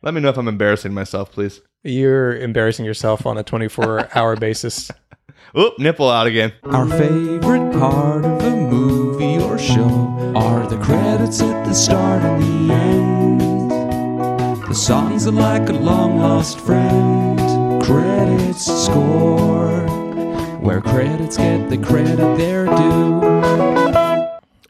Let me know if I'm embarrassing myself, please. You're embarrassing yourself on a 24 hour basis. Oop, nipple out again. Our favorite part of a movie or show are the credits at the start and the end. The songs are like a long lost friend. Credits score, where credits get the credit they're due.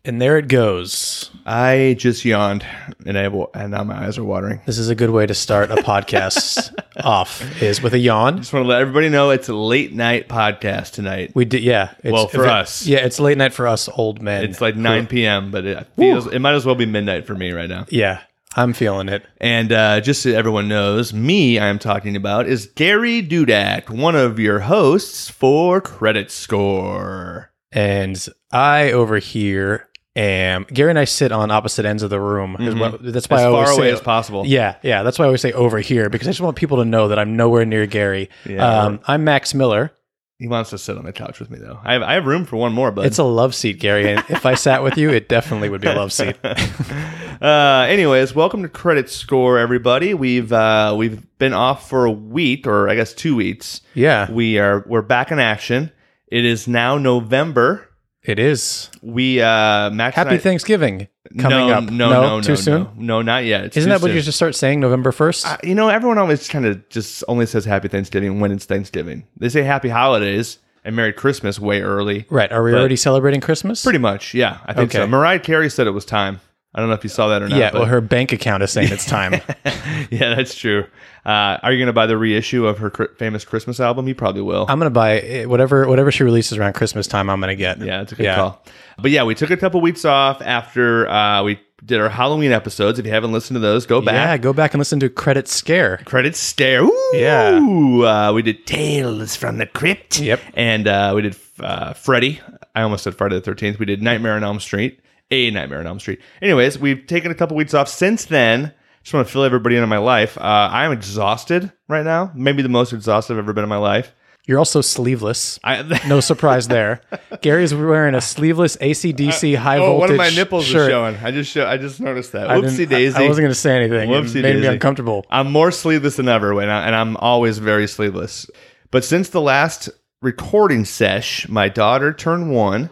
And there it goes. I just yawned, and I wa- and now my eyes are watering. This is a good way to start a podcast off is with a yawn. Just want to let everybody know it's a late night podcast tonight. We did, yeah. It's, Well, for if it- us. yeah, it's late night for us old men. It's like 9 p.m., but it feels it might as well be midnight for me right now. yeah, I'm feeling it. And uh, just so everyone knows, me I'm talking about is Gary Dudak, one of your hosts for Credit Score. And I over here am Gary and I sit on opposite ends of the room. Is what- That's why Mm-hmm. As I always far away say, as possible. Yeah, yeah. That's why I always say over here because I just want people to know that I'm nowhere near Gary. Yeah. Um, I'm Max Miller. He wants to sit on the couch with me though. I have, I have room for one more, but It's a love seat, Gary. And if I sat with you, it definitely would be a love seat. uh, anyways, welcome to Credit Score, everybody. We've uh, we've been off for a week, or I guess two weeks. Yeah, We are we're back in action. It is now November. it is. We uh, Max and Happy I- Thanksgiving coming no, up. No, no, no, too soon. No, No, not yet. It's Isn't too that what soon. you just start saying? November first. Uh, you know, everyone always kind of just only says Happy Thanksgiving when it's Thanksgiving. They say Happy Holidays and Merry Christmas way early. Right. Are we already celebrating Christmas? Pretty much, yeah. I think so. Okay. Mariah Carey said it was time. I don't know if you saw that or not. yeah. but- Well, her bank account is saying it's time. yeah, that's true. Uh, are you going to buy the reissue of her cr- famous Christmas album? You probably will. I'm gonna buy it- whatever whatever she releases around Christmas time. I'm gonna get. yeah, it's a good call. But yeah, we took a couple weeks off after uh, we did our Halloween episodes. If you haven't listened to those, go Yeah. back. Go back and listen to Credit Scare. Credit stare. Ooh, Yeah. Uh, we did Tales from the Crypt. Yep. And uh, we did uh, Freddy. I almost said Friday the 13th. We did Nightmare on Elm Street. A Nightmare on Elm Street. Anyways, we've taken a couple weeks off since then. Just want to fill everybody in on my life. Uh, I'm exhausted right now. Maybe the most exhausted I've ever been in my life. You're also sleeveless. I, No surprise there. Gary's wearing a sleeveless ACDC high oh, voltage. one of my nipples is shirt. showing. I just show, I just noticed that. I didn't- Whoopsie daisy. I, I wasn't going to say anything. It Whoopsie made me daisy. uncomfortable. I'm more sleeveless than ever, when I, and I'm always very sleeveless. But since the last recording sesh, my daughter turned one,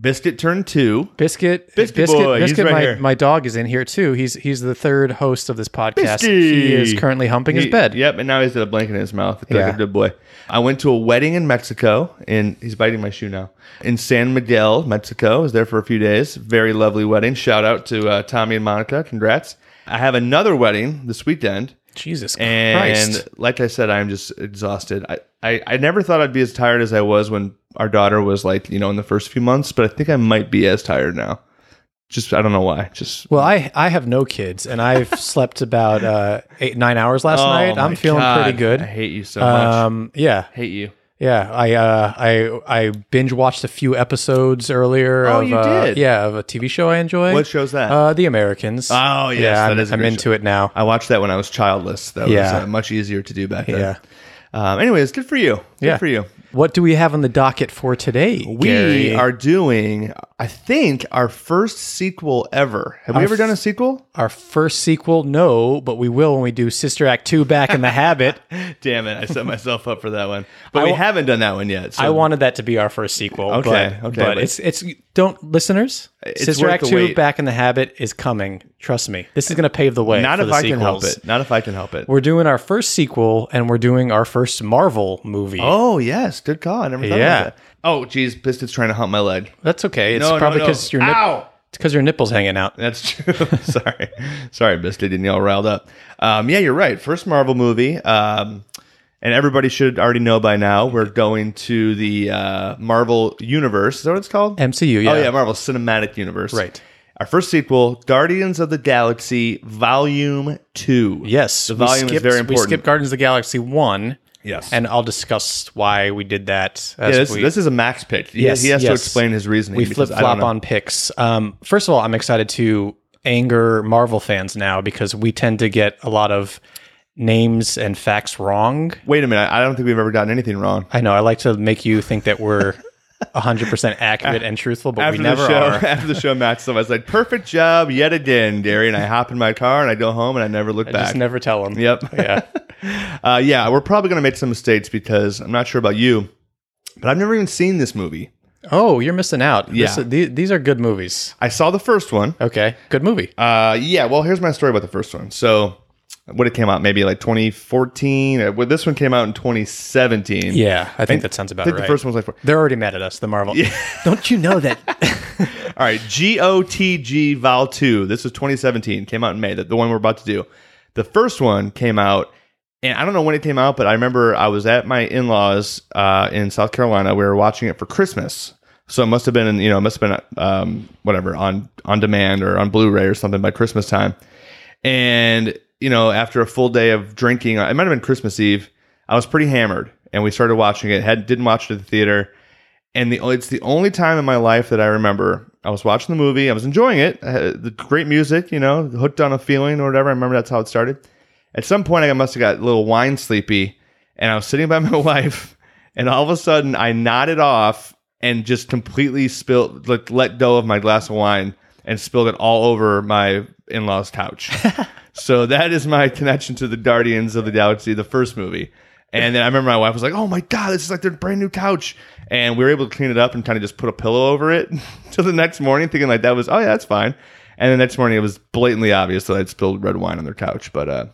Biscuit turned two. Biscuit, Biscuit Biscuit, boy, he's Biscuit right my, here. my dog is in here too. He's he's the third host of this podcast. He Biscuit. is currently humping his He- bed. Yep, and now he's got a blanket in his mouth. It's Yeah. Like a good boy. I went to a wedding in Mexico, and he's biting my shoe now. In San Miguel, Mexico, I was there for a few days. Very lovely wedding. Shout out to uh, Tommy and Monica. Congrats. I have another wedding this weekend. Jesus And Christ. like I said, I'm just exhausted. I, I, I never thought I'd be as tired as I was when our daughter was like, you know, in the first few months, but I think I might be as tired now. Just, I don't know why. Just, Well, I I have no kids, and I've slept about uh, eight nine hours last Oh night. my I'm feeling God, pretty I good. hate you so much. Um, yeah, Hate you. yeah. I uh, I I binge watched a few episodes earlier. Oh, of, you uh, did? Yeah, of a TV show I enjoy. What show's that? Uh, The Americans. Oh, yes, yeah. that I'm, is a I'm great into it now. I watched that when I was childless. That Yeah. was uh, much easier to do back then. Yeah. Um, anyways, good for you. Good Yeah. for you. What do we have on the docket for today? We are doing, I think, our first sequel ever. Have we ever done a sequel? our first sequel. No, but we will when we do Sister Act Two: Back in the Habit. Damn it. I set myself up for that one. But we wa- haven't done that one yet. So I wanted that to be our first sequel. Okay, but, okay, but but- it's it's don't listeners. It's Sister worth Act the Two: wait. Back in the Habit is coming. Trust me, this is going to pave the way. Not for if the I can help sequels. it. Not if I can help it. We're doing our first sequel, and we're doing our first Marvel movie. oh yes, good call. I never thought Yeah. Oh, about that. Oh geez, Biscuit's trying to hump my leg. that's okay. It's No, no, probably no. because your Ow! because your nipples hanging out. That's true. Sorry, sorry, Biscuit didn't all riled up. Um, yeah, you're right. First Marvel movie, um, and everybody should already know by now. We're going to the uh, Marvel Universe. Is that what it's called? MCU. Yeah. Oh yeah, Marvel Cinematic Universe. Right. Our first sequel, Guardians of the Galaxy Volume Two. Yes, the we volume skipped- is very important. We skipped Guardians of the Galaxy one. Yes. and I'll discuss why we did that. yeah, As this, we, this is a max pick. He, Yes, he has to yes. explain his reasoning. we flip because I don't flop know. on picks. Um, first of all, I'm excited to anger Marvel fans now because we tend to get a lot of names and facts wrong. Wait a minute. I don't think we've ever gotten anything wrong. I know I like to make you think that we're 100% accurate and truthful, but after we never the show, are. after the show matched them, I was like, "Perfect job yet again, Derry." And I hop in my car and I go home and I never look I back. just never tell them. Yep. Yeah. Uh, yeah, we're probably gonna make some mistakes because I'm not sure about you, but I've never even seen this movie. Oh, you're missing out. This- Yeah. the- these are good movies. I saw the first one. Okay. Good movie. Uh, yeah, well, here's my story about the first one. So, when it came out, maybe like 2014. Uh, Well, this one came out in 2017. yeah. I think that sounds I about think right. the first one was like, They're already mad at us, the Marvel. Don't you know that? all right, GOTG Vol 2. This was 2017, came out in May, the, the one we're about to do. The first one came out, and I don't know when it came out, but I remember I was at my in laws uh, in South Carolina. We were watching it for Christmas. So it must have been, you know, it must have been um, whatever on on demand or on Blu ray or something by Christmas time. And, you know, after a full day of drinking, it might have been Christmas Eve, I was pretty hammered and we started watching it, had, didn't watch it at the theater and the it's the only time in my life that I remember. I was watching the movie, I was enjoying it, I had the great music, you know, hooked on a feeling or whatever. I remember that's how it started. At some point, I must have got a little wine sleepy, and I was sitting by my wife, and all of a sudden, I nodded off and just completely spilled, like, let go of my glass of wine and spilled it all over my in law's couch. so that is my connection to the Guardians of the Galaxy, the first movie. And then I remember my wife was like, "Oh my god, this is like their brand new couch." And we were able to clean it up and kind of just put a pillow over it till the next morning, thinking like that was, "Oh yeah, that's fine." And the next morning, it was blatantly obvious that I'd spilled red wine on their couch, but uh,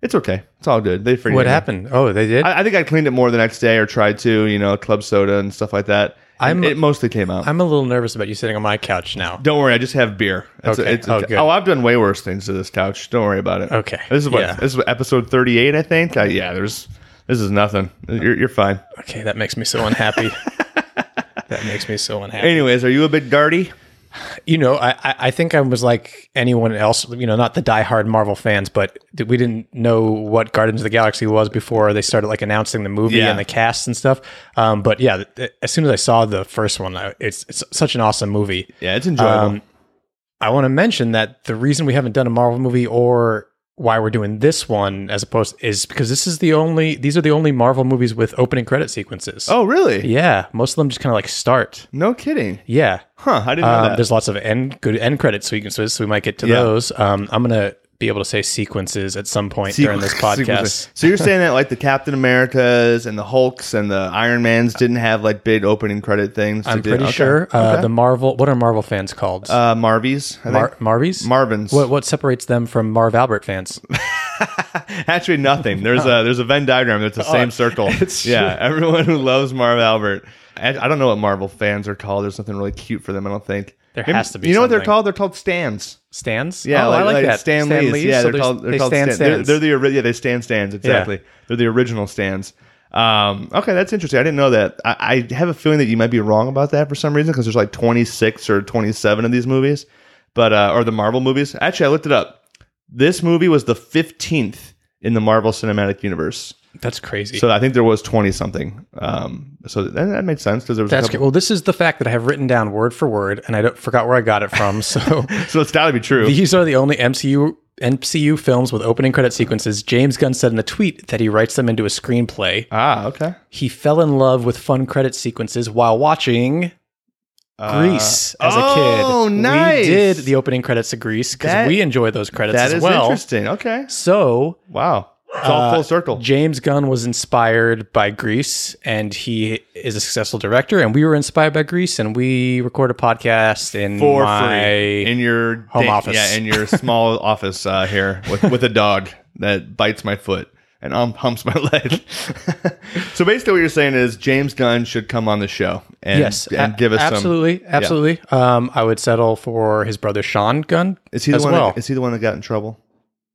it's okay, it's all good. They forgave what me. happened? Oh, they did? I, I think I cleaned it more the next day or tried to, you know, club soda and stuff like that. I'm- And it mostly came out. I'm a little nervous about you sitting on my couch now. Don't worry, I just have beer. It's- Okay. it's- Oh, good. oh, I've done way worse things to this couch. Don't worry about it. Okay. This is what Yeah. this is episode thirty eight, I think. Uh, yeah, there's this is nothing. You're, you're fine. Okay, that makes me so unhappy. that makes me so unhappy. Anyways, are you a bit dirty? you know, I, I I think I was like anyone else, you know, not the diehard Marvel fans, but th- we didn't know what Guardians of the Galaxy was before they started like announcing the movie Yeah. and the cast and stuff. Um, but yeah, th- th- as soon as I saw the first one, I, it's, it's such an awesome movie. Yeah, it's enjoyable. Um, I want to mention that the reason we haven't done a Marvel movie or why we're doing this one as opposed is because this is the only these are the only Marvel movies with opening credit sequences. oh, really? yeah, most of them just kind of like start. No kidding. Yeah, Huh? I didn't know um, that. there's lots of end good end credit sequences, so we might get to Yeah. those. Um, I'm gonna be able to say sequences at some point during this podcast. Sequences. So you're saying that like the Captain Americas and the Hulks and the Iron Mans didn't have like big opening credit things. I'm pretty sure uh, the Marvel. What are Marvel fans called? uh, Marvies. I Mar- think. Marvies. Marvins. What what separates them from Marv Albert fans? Actually, nothing. There's a there's a Venn diagram that's the same circle. Oh, it's yeah, everyone who loves Marv Albert. I, I don't know what Marvel fans are called. There's nothing really cute for them. I don't think There Maybe- has to be You know what they're something. called? They're called stands. Stands. Yeah, Oh, like, I like, that. Stan, Lee's. Yeah, so they're there's- called they're they called stand Stan- they're- stands. They're, the ori- yeah they stand stands exactly. They're the original stands. Um, okay, that's interesting. I didn't know that. I, I have a feeling that you might be wrong about that for some reason because there's like 26 or 27 of these movies, but uh, or the Marvel movies. Actually, I looked it up. This movie was the 15th in the Marvel Cinematic Universe, That's crazy. so I think there was 20 something. Um, so that, that makes sense because there was that's a good. couple, well. This is the fact that I have written down word for word, and I don't, forgot where I got it from. So so it's got to be true. These are the only MCU MCU films with opening credit sequences. James Gunn said in a tweet that he writes them into a screenplay. ah, okay. He fell in love with fun credit sequences while watching Grease as a kid. Uh, oh, nice. We did the opening credits to Grease because That- we enjoy those credits That as is well. interesting. Okay. So Wow. It's all Uh, full circle. James Gunn was inspired by Grease, and he is a successful director. And we were inspired by Grease, and we record a podcast in for my- free in your home da- office. Yeah, in your small office uh, here with, with a dog that bites my foot and um, humps my leg. so basically, what you're saying is James Gunn should come on the show and, yes, and a- give us some. absolutely, absolutely. Um, I would settle for his brother Sean Gunn Is he the as one? well. That, is he the one that got in trouble?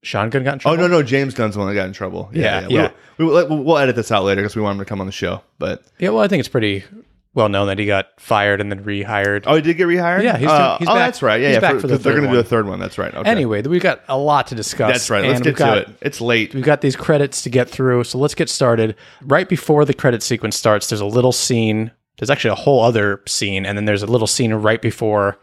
Sean Gunn got in Oh trouble. no, no, James Gunn's the one that got in trouble. Yeah, We- yeah. We, will we'll, we'll edit this out later because we want him to come on the show. But Yeah, well, I think it's pretty well known that he got fired and then rehired. oh, he did get rehired. Yeah, he's- Uh, he's oh, back- that's right. Yeah, he's yeah. back for they're the third gonna do one. the third one. That's right. Okay. Anyway, we've got a lot to discuss. that's right. Let's and get we've got- to it. It's late. We've got these credits to get through, so let's get started. Right before the credit sequence starts, there's a little scene. There's actually a whole other scene, and then there's a little scene right before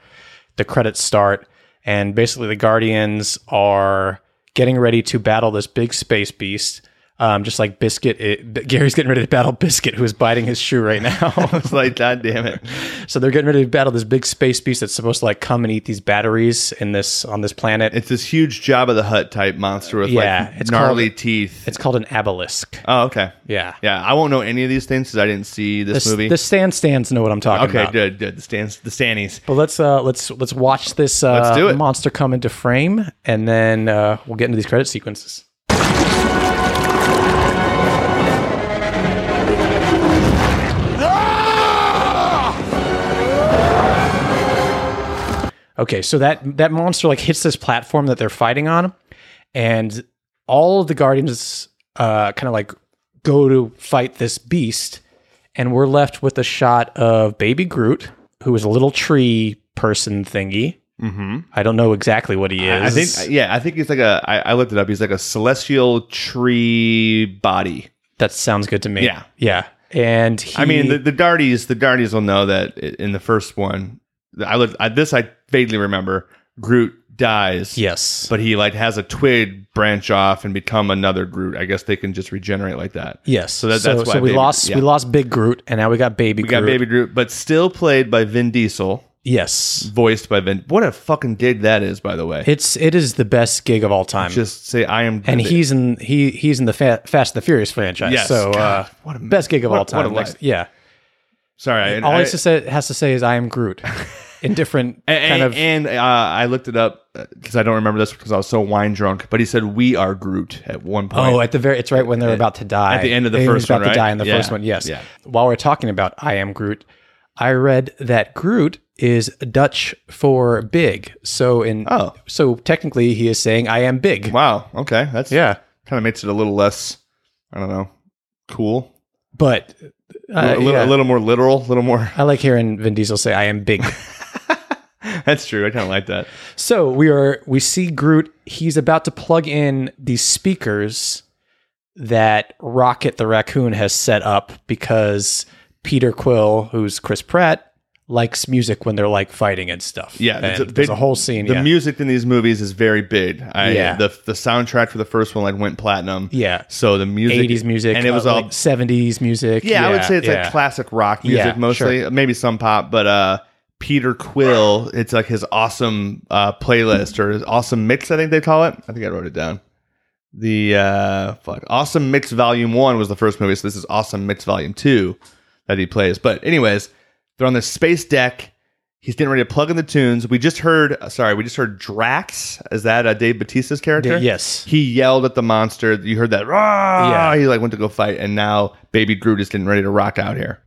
the credits start. And basically, the Guardians are getting ready to battle this big space beast. Um, just like Biscuit, it, Gary's getting ready to battle Biscuit, who is biting his shoe right now. It's like, God damn it. so they're getting ready to battle this big space beast that's supposed to like come and eat these batteries in this on this planet. It's this huge Job of the Hut type monster with Yeah, like it's gnarly called- teeth. It's called an abelisk. oh, okay. Yeah. Yeah, I won't know any of these things because I didn't see The, this s- movie. the stand stands know what I'm talking okay, about. good, good. The stands, the Stannies. But let's uh let's let's watch this uh Let's do it. monster come into frame and then uh we'll get into these credit sequences. Okay, so that that monster like hits this platform that they're fighting on and all of the guardians uh kind of like go to fight this beast and we're left with a shot of baby groot who is a little tree person thingy mm-hmm. i don't know exactly what he I is think, yeah, I think he's like a. I, I looked it up. He's like a celestial tree body. that sounds good to me Yeah. yeah and he, I mean, the, the Darties, the Darties will know that i- in the first one, I looked I, this. I vaguely remember Groot dies. yes but he like has a twig branch off and become another Groot. I guess they can just regenerate like that. yes So that, that's why we Baby- lost yeah. we lost big groot and now we got baby We groot got Baby Groot, but still played by Vin Diesel, yes voiced by Vin. What a fucking gig that is, by the way. it's it is the best gig of all time Just say I am. and Groot." he's in he he's in the fa- Fast and the Furious franchise. Yes. So uh, God, what a- best gig of what- all time. what a Next- life. yeah. sorry. I, All I, he has to say has to say is I am Groot. In different and, kind of and uh, I looked it up because I don't remember this because I was so wine drunk. But he said we are Groot at one point. Oh, at the very, it's right when they're about to Uh, die. at the end of the They're first about one, to right? die in the Yeah. first one. Yes. Yeah. While we're talking about I am Groot, I read that Groot is Dutch for big. So in Oh. so technically he is saying I am big. wow. Okay, that's Yeah. Kind of makes it a little less. I don't know. Cool. But uh, a, little, yeah. a little more literal. A little more. I like hearing Vin Diesel say I am big. That's true. I kind of like that. So we are we see Groot. He's about to plug in these speakers that Rocket the raccoon has set up because Peter Quill, who's Chris Pratt, likes music when they're like fighting and stuff. Yeah, And it's a there's big- a whole scene. The yeah. music in these movies is very big. I, Yeah. The the soundtrack for the first one like went platinum. yeah, So the music, eighties music, uh, and it was all. seventies music. yeah, I would say it's yeah. like classic rock music Yeah, mostly, maybe some pop, but uh, Peter Quill, it's like his awesome uh, playlist or his awesome mix. I think they call it. I think I wrote it down. The uh, fuck, awesome mix volume one was the first movie, so this is awesome mix volume two that he plays. But anyways, they're on this space deck. He's getting ready to plug in the tunes. We just heard, uh, sorry, we just heard Drax. Is that uh, Dave Batista's character? D- yes. He yelled at the monster. You heard that? Rah! Yeah. He like went to go fight, and now Baby Groot is getting ready to rock out here.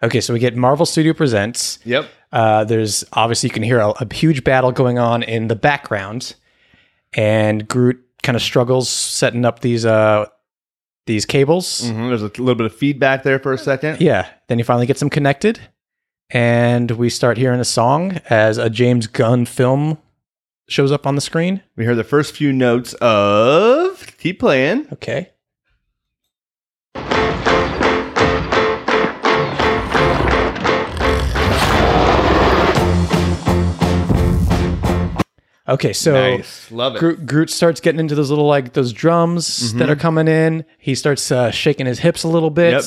Okay, so we get Marvel Studio Presents. Yep. Uh, there's obviously you can hear a, a huge battle going on in the background, and Groot kind of struggles setting up these uh these cables. hmm There's a little bit of feedback there for a second. Yeah, then he finally gets them connected, and we start hearing a song as a James Gunn film shows up on the screen. We hear the first few notes of keep playing. Okay. Okay, so nice, love it. Mm-hmm. Groot, Groot starts getting into those little like those drums that are coming in. He starts uh, shaking his hips a little bit, Yep.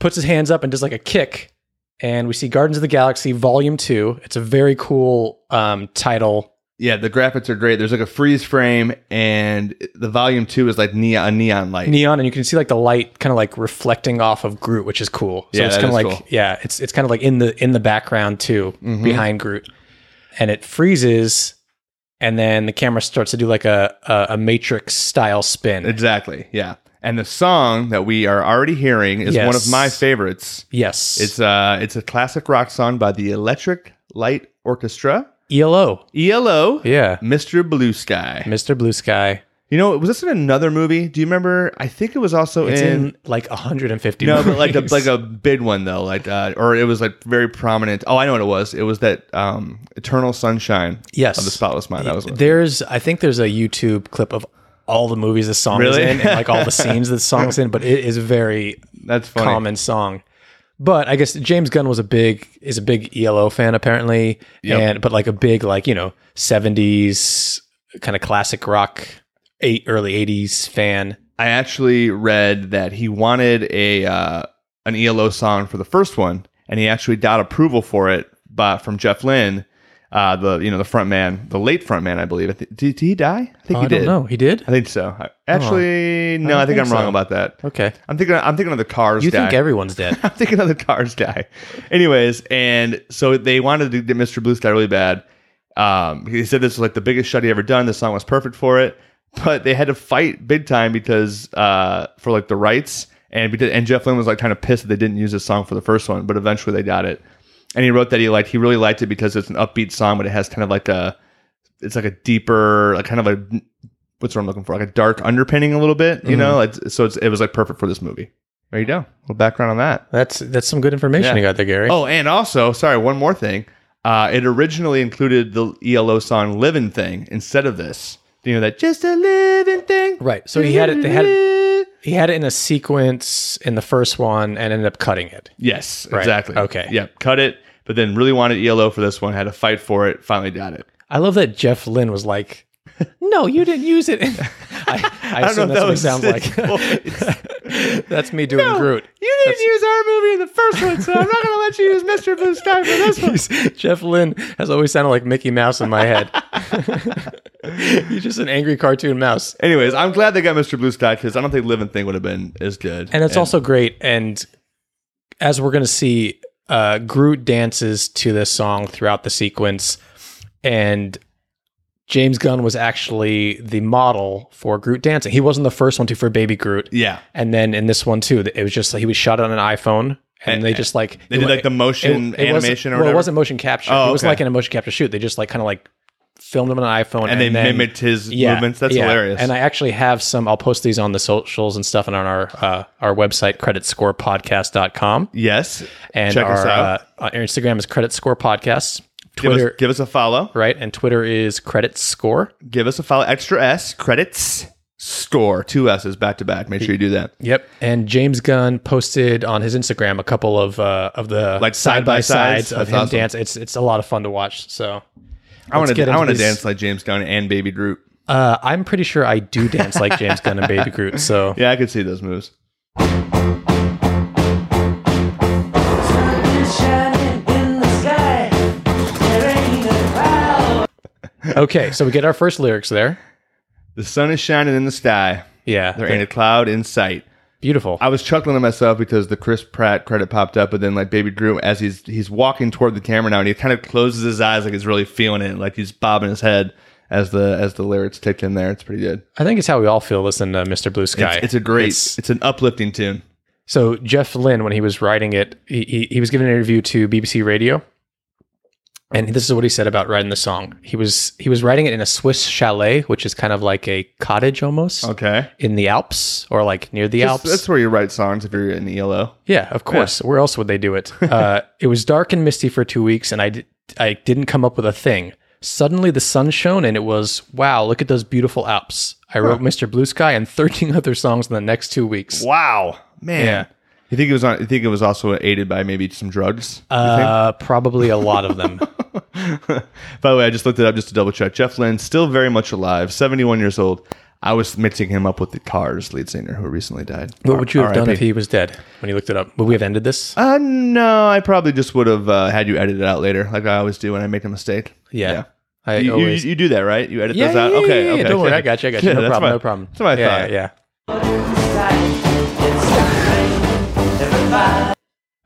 puts his hands up and does like a kick. And we see Gardens of the Galaxy Volume Two. It's a very cool um, title. Yeah, the graphics are great. There's like a freeze frame, and the volume two is like neon, a neon light. Neon, and you can see like the light kind of like reflecting off of Groot, which is cool. So Yeah, it's that kind of is like cool. Mm-hmm. yeah, it's it's kind of like in the in the background too, behind Groot, and it freezes, and then the camera starts to do like a a, a Matrix style spin. exactly. Yeah, and the song that we are already hearing is one of Yes. my favorites. yes, It's uh, it's a classic rock song by the Electric Light Orchestra, E ELO. ELO. E Yeah. Mr. Blue Sky. Mr. Blue Sky. You know, was this in another movie? Do you remember? I think it was also It's in, in like 150 no, but like a movies. like a big one though, like uh, or it was like very prominent. Oh, I know what it was. It was that um, Eternal Sunshine yes. of the Spotless Mind. That was one. There's I think there's a YouTube clip of all the movies the song is Really? in and like all the scenes the song's in, but it is a very that's funny. common song. But I guess James Gunn was a big is a big ELO fan apparently, Yep. and but like a big like you know seventies kind of classic rock, eight early eighties fan. I actually read that he wanted a uh, an ELO song for the first one, and he actually got approval for it, but from Jeff Lynne, uh, the you know the front man, the late front man, I believe. I thi- did, did he die? I think he I did. don't know. He did. I think so. I- Actually, no, I, don't think, think I'm wrong so. about that. Okay. I'm thinking. I'm thinking of the Cars. You guy. think everyone's dead? I'm thinking of the Cars guy. Anyways, and so they wanted to do Mr. Blue Sky really bad. Um, he said this was like the biggest shot he ever done. The song was perfect for it, but they had to fight big time because uh, for like the rights and because, and Jeff Lynne was like kind of pissed that they didn't use this song for the first one, but eventually they got it. And he wrote that he liked he really liked it because it's an upbeat song, but it has kind of like a it's like a deeper like kind of a what's what I'm looking for like a dark underpinning a little bit, you know. Like, so it's, it was like perfect for this movie. There you go. A little background on that. That's that's some good information Yeah. you got there, Gary. Oh, and also, sorry, one more thing. Uh, it originally included the ELO song "Living Thing" instead of this. You know that just a living thing, Right. So he had it- they had it- He had it in a sequence in the first one and ended up cutting it. Yes, Right. exactly. Okay. Yep. Cut it, but then really wanted ELO for this one. Had to fight for it. Finally got it. I love that Jeff Lynn was like, "No, you didn't use it." I, I, assume know if that's what that it was sounds like. that's me doing Groot. You didn't use our movie in the first one, so I'm not going to let you use Mr. Blue Sky for this He's- Jeff Lynn has always sounded like Mickey Mouse in my head. He's just an angry cartoon mouse. Anyways, I'm glad they got Mr. Blue Sky because I don't think Living Thing would have been as good. And it's also great. And as we're going to see, uh, Groot dances to this song throughout the sequence. And James Gunn was actually the model for Groot dancing. He wasn't the first one to for Baby Groot. yeah, And then in this one too, it was just like he was shot on an iPhone, and, And- they just like they did like the motion it wasn't- animation or Well, whatever, it wasn't motion capture. Oh, it was okay. like in a motion capture shoot. They just like kind of like filmed him on an iPhone, and, they then- mimicked his yeah, movements. That's yeah. hilarious. And I actually have some. I'll post these on the socials and stuff, and on our uh, our website creditscorepodcast.com. yes, and Check our, us out. Uh, our Instagram is credit score podcasts. give us, Twitter, give us a follow. right? And Twitter is credit score. Give us a follow. Extra S credits score two S's back to back. Make sure you do that. Yep. And James Gunn posted on his Instagram a couple of uh, of the Like side by side-by-sides? sides of That's him awesome. dance. It's it's a lot of fun to watch. So I want get to I into want to these- dance like James Gunn and Baby Droop. uh, I'm pretty sure I do dance like James Gunn and Baby Groot. So Yeah, I could see those moves. okay, so we get our first lyrics there. The sun is shining in the sky. Yeah, There ain't a cloud in sight. beautiful. I was chuckling to myself because the Chris Pratt credit popped up, but then like Baby Drew, as he's he's walking toward the camera now, and he kind of closes his eyes like he's really feeling it, like he's bobbing his head as the as the lyrics ticked in there. It's pretty good. I think it's how we all feel listening to Mr. Blue Sky. It's, it's a great, It's- it's, an uplifting tune. So Jeff Lynne, when he was writing it, he, he, he was giving an interview to BBC Radio, and this is what he said about writing the song. He was he was writing it in a Swiss chalet, which is kind of like a cottage almost Okay, in the Alps or like near the that's, Alps. that's where you write songs if you're in E ELO. yeah, of course. Where else would they do it? Uh, it was dark and misty for two weeks, and I di- I didn't come up with a thing. Suddenly the sun shone, and it was wow! Look at those beautiful Alps. I wrote Mr. Blue Sky and 13 other songs in the next two weeks. Wow, man. Yeah. You think it was on? You think it was also aided by maybe some drugs? You Uh, probably a lot of them. think? By the way, I just looked it up just to double check. Jeff Lynne still very much alive, seventy-one years old. I was mixing him up with the Cars lead singer who recently died. What would you have done RIP. if he was dead when you looked it up? Would we have ended this? Uh, no, I probably just would have uh, had you edit it out later, like I always do when I make a mistake. Yeah. I You, you, always. you do that, right? You edit yeah, those out? yeah, okay, yeah, yeah, okay. Don't worry, okay. I got you. I got you. Yeah, no that's problem. my- no problem. That's what I yeah, thought. Yeah.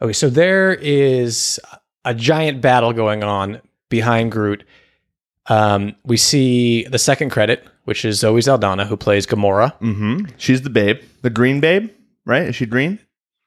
Okay, so there is a giant battle going on behind Groot. Um, we see the second credit, which is Zoe Saldana, who plays Gamora. hmm She's the babe, the green babe, right? Is she green?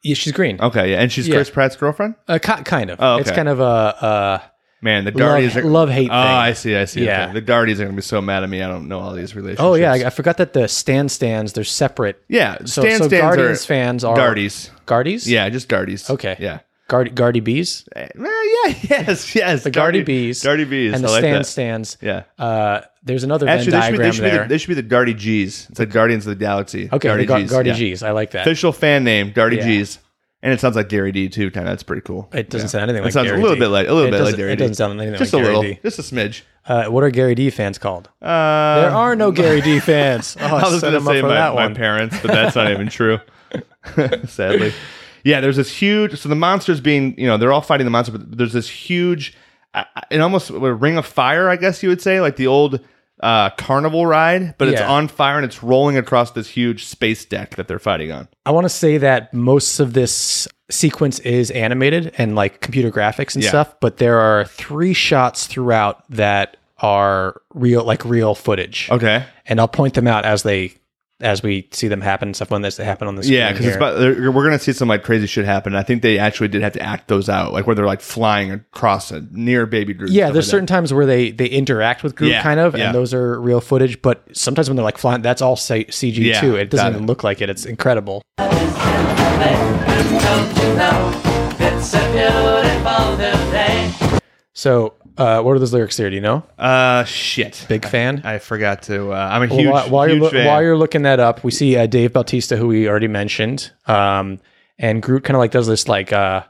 Yeah, she's green. Okay, yeah. And she's Yeah. Chris Pratt's girlfriend. Uh, ki- kind of. Oh, okay. It's kind of a, a Man, the love, Darties are. hate oh, thing. I see, I see. Yeah. Okay. the Darties are gonna be so mad at me. I don't know all these relationships. oh, yeah. I, I forgot that the Stan Stans, they're separate. yeah. So, Stan so Stans Guardians are fans are Darties. Guardies? Yeah, just Darties. Okay. Yeah. Guard, Guardy Bees? Eh, well, yeah. Yes. Yes. The Guardy Bees. Darty bees. And the I like Stan that. Stans. Yeah. Uh, there's another Actually, Venn they should, be, diagram they, should there. Be the, they should be the Guardy G's. It's like Guardians of the Galaxy. okay, Guardy the Gar- Gs, Guardy yeah. G's. I like that. Official fan name, Guardy Yeah. G's. And it sounds like Gary D too. Kind of that's pretty cool. It doesn't sound anything It like sounds Gary a little D. bit like a little It bit like doesn't- Gary it D. doesn't sound anything just like a Gary little, D. just a smidge. Uh, what are Gary D fans called? Uh, There are no Gary D fans. Oh, I was set going to them up say for my, that my one. parents, but that's not even true. Sadly. Yeah, there's this huge. So the monsters being, you know, they're all fighting the monster, but there's this huge, uh, it almost a ring of fire, I guess you would say, like the old uh, carnival ride, but it's Yeah. on fire and it's rolling across this huge space deck that they're fighting on. I want to say that most of this sequence is animated and like computer graphics and Yeah. stuff, but there are three shots throughout that are real, like real footage. Okay. And I'll point them out as they, as we see them happen, and stuff when this they happen on the screen. Yeah, because it's here. about they're- we're gonna see some like crazy shit happen. I think they actually did have to act those out, like where they're like flying across a near baby Groot. and yeah, stuff there's like that. certain times where they they interact with Groot Yeah, kind of, yeah. and those are real footage. But sometimes when they're like flying, that's all C- CG Yeah, too. It got doesn't it. even look like it. It's incredible. It's a beautiful day. So, uh, what are those lyrics there? Do you know? Uh, shit. Big fan. I forgot to. Uh, I'm a Well, huge, while, while huge you're, loo- fan. while you're looking that up, we see uh, Dave Bautista, who we already mentioned, um, and Groot kind of like does this like uh,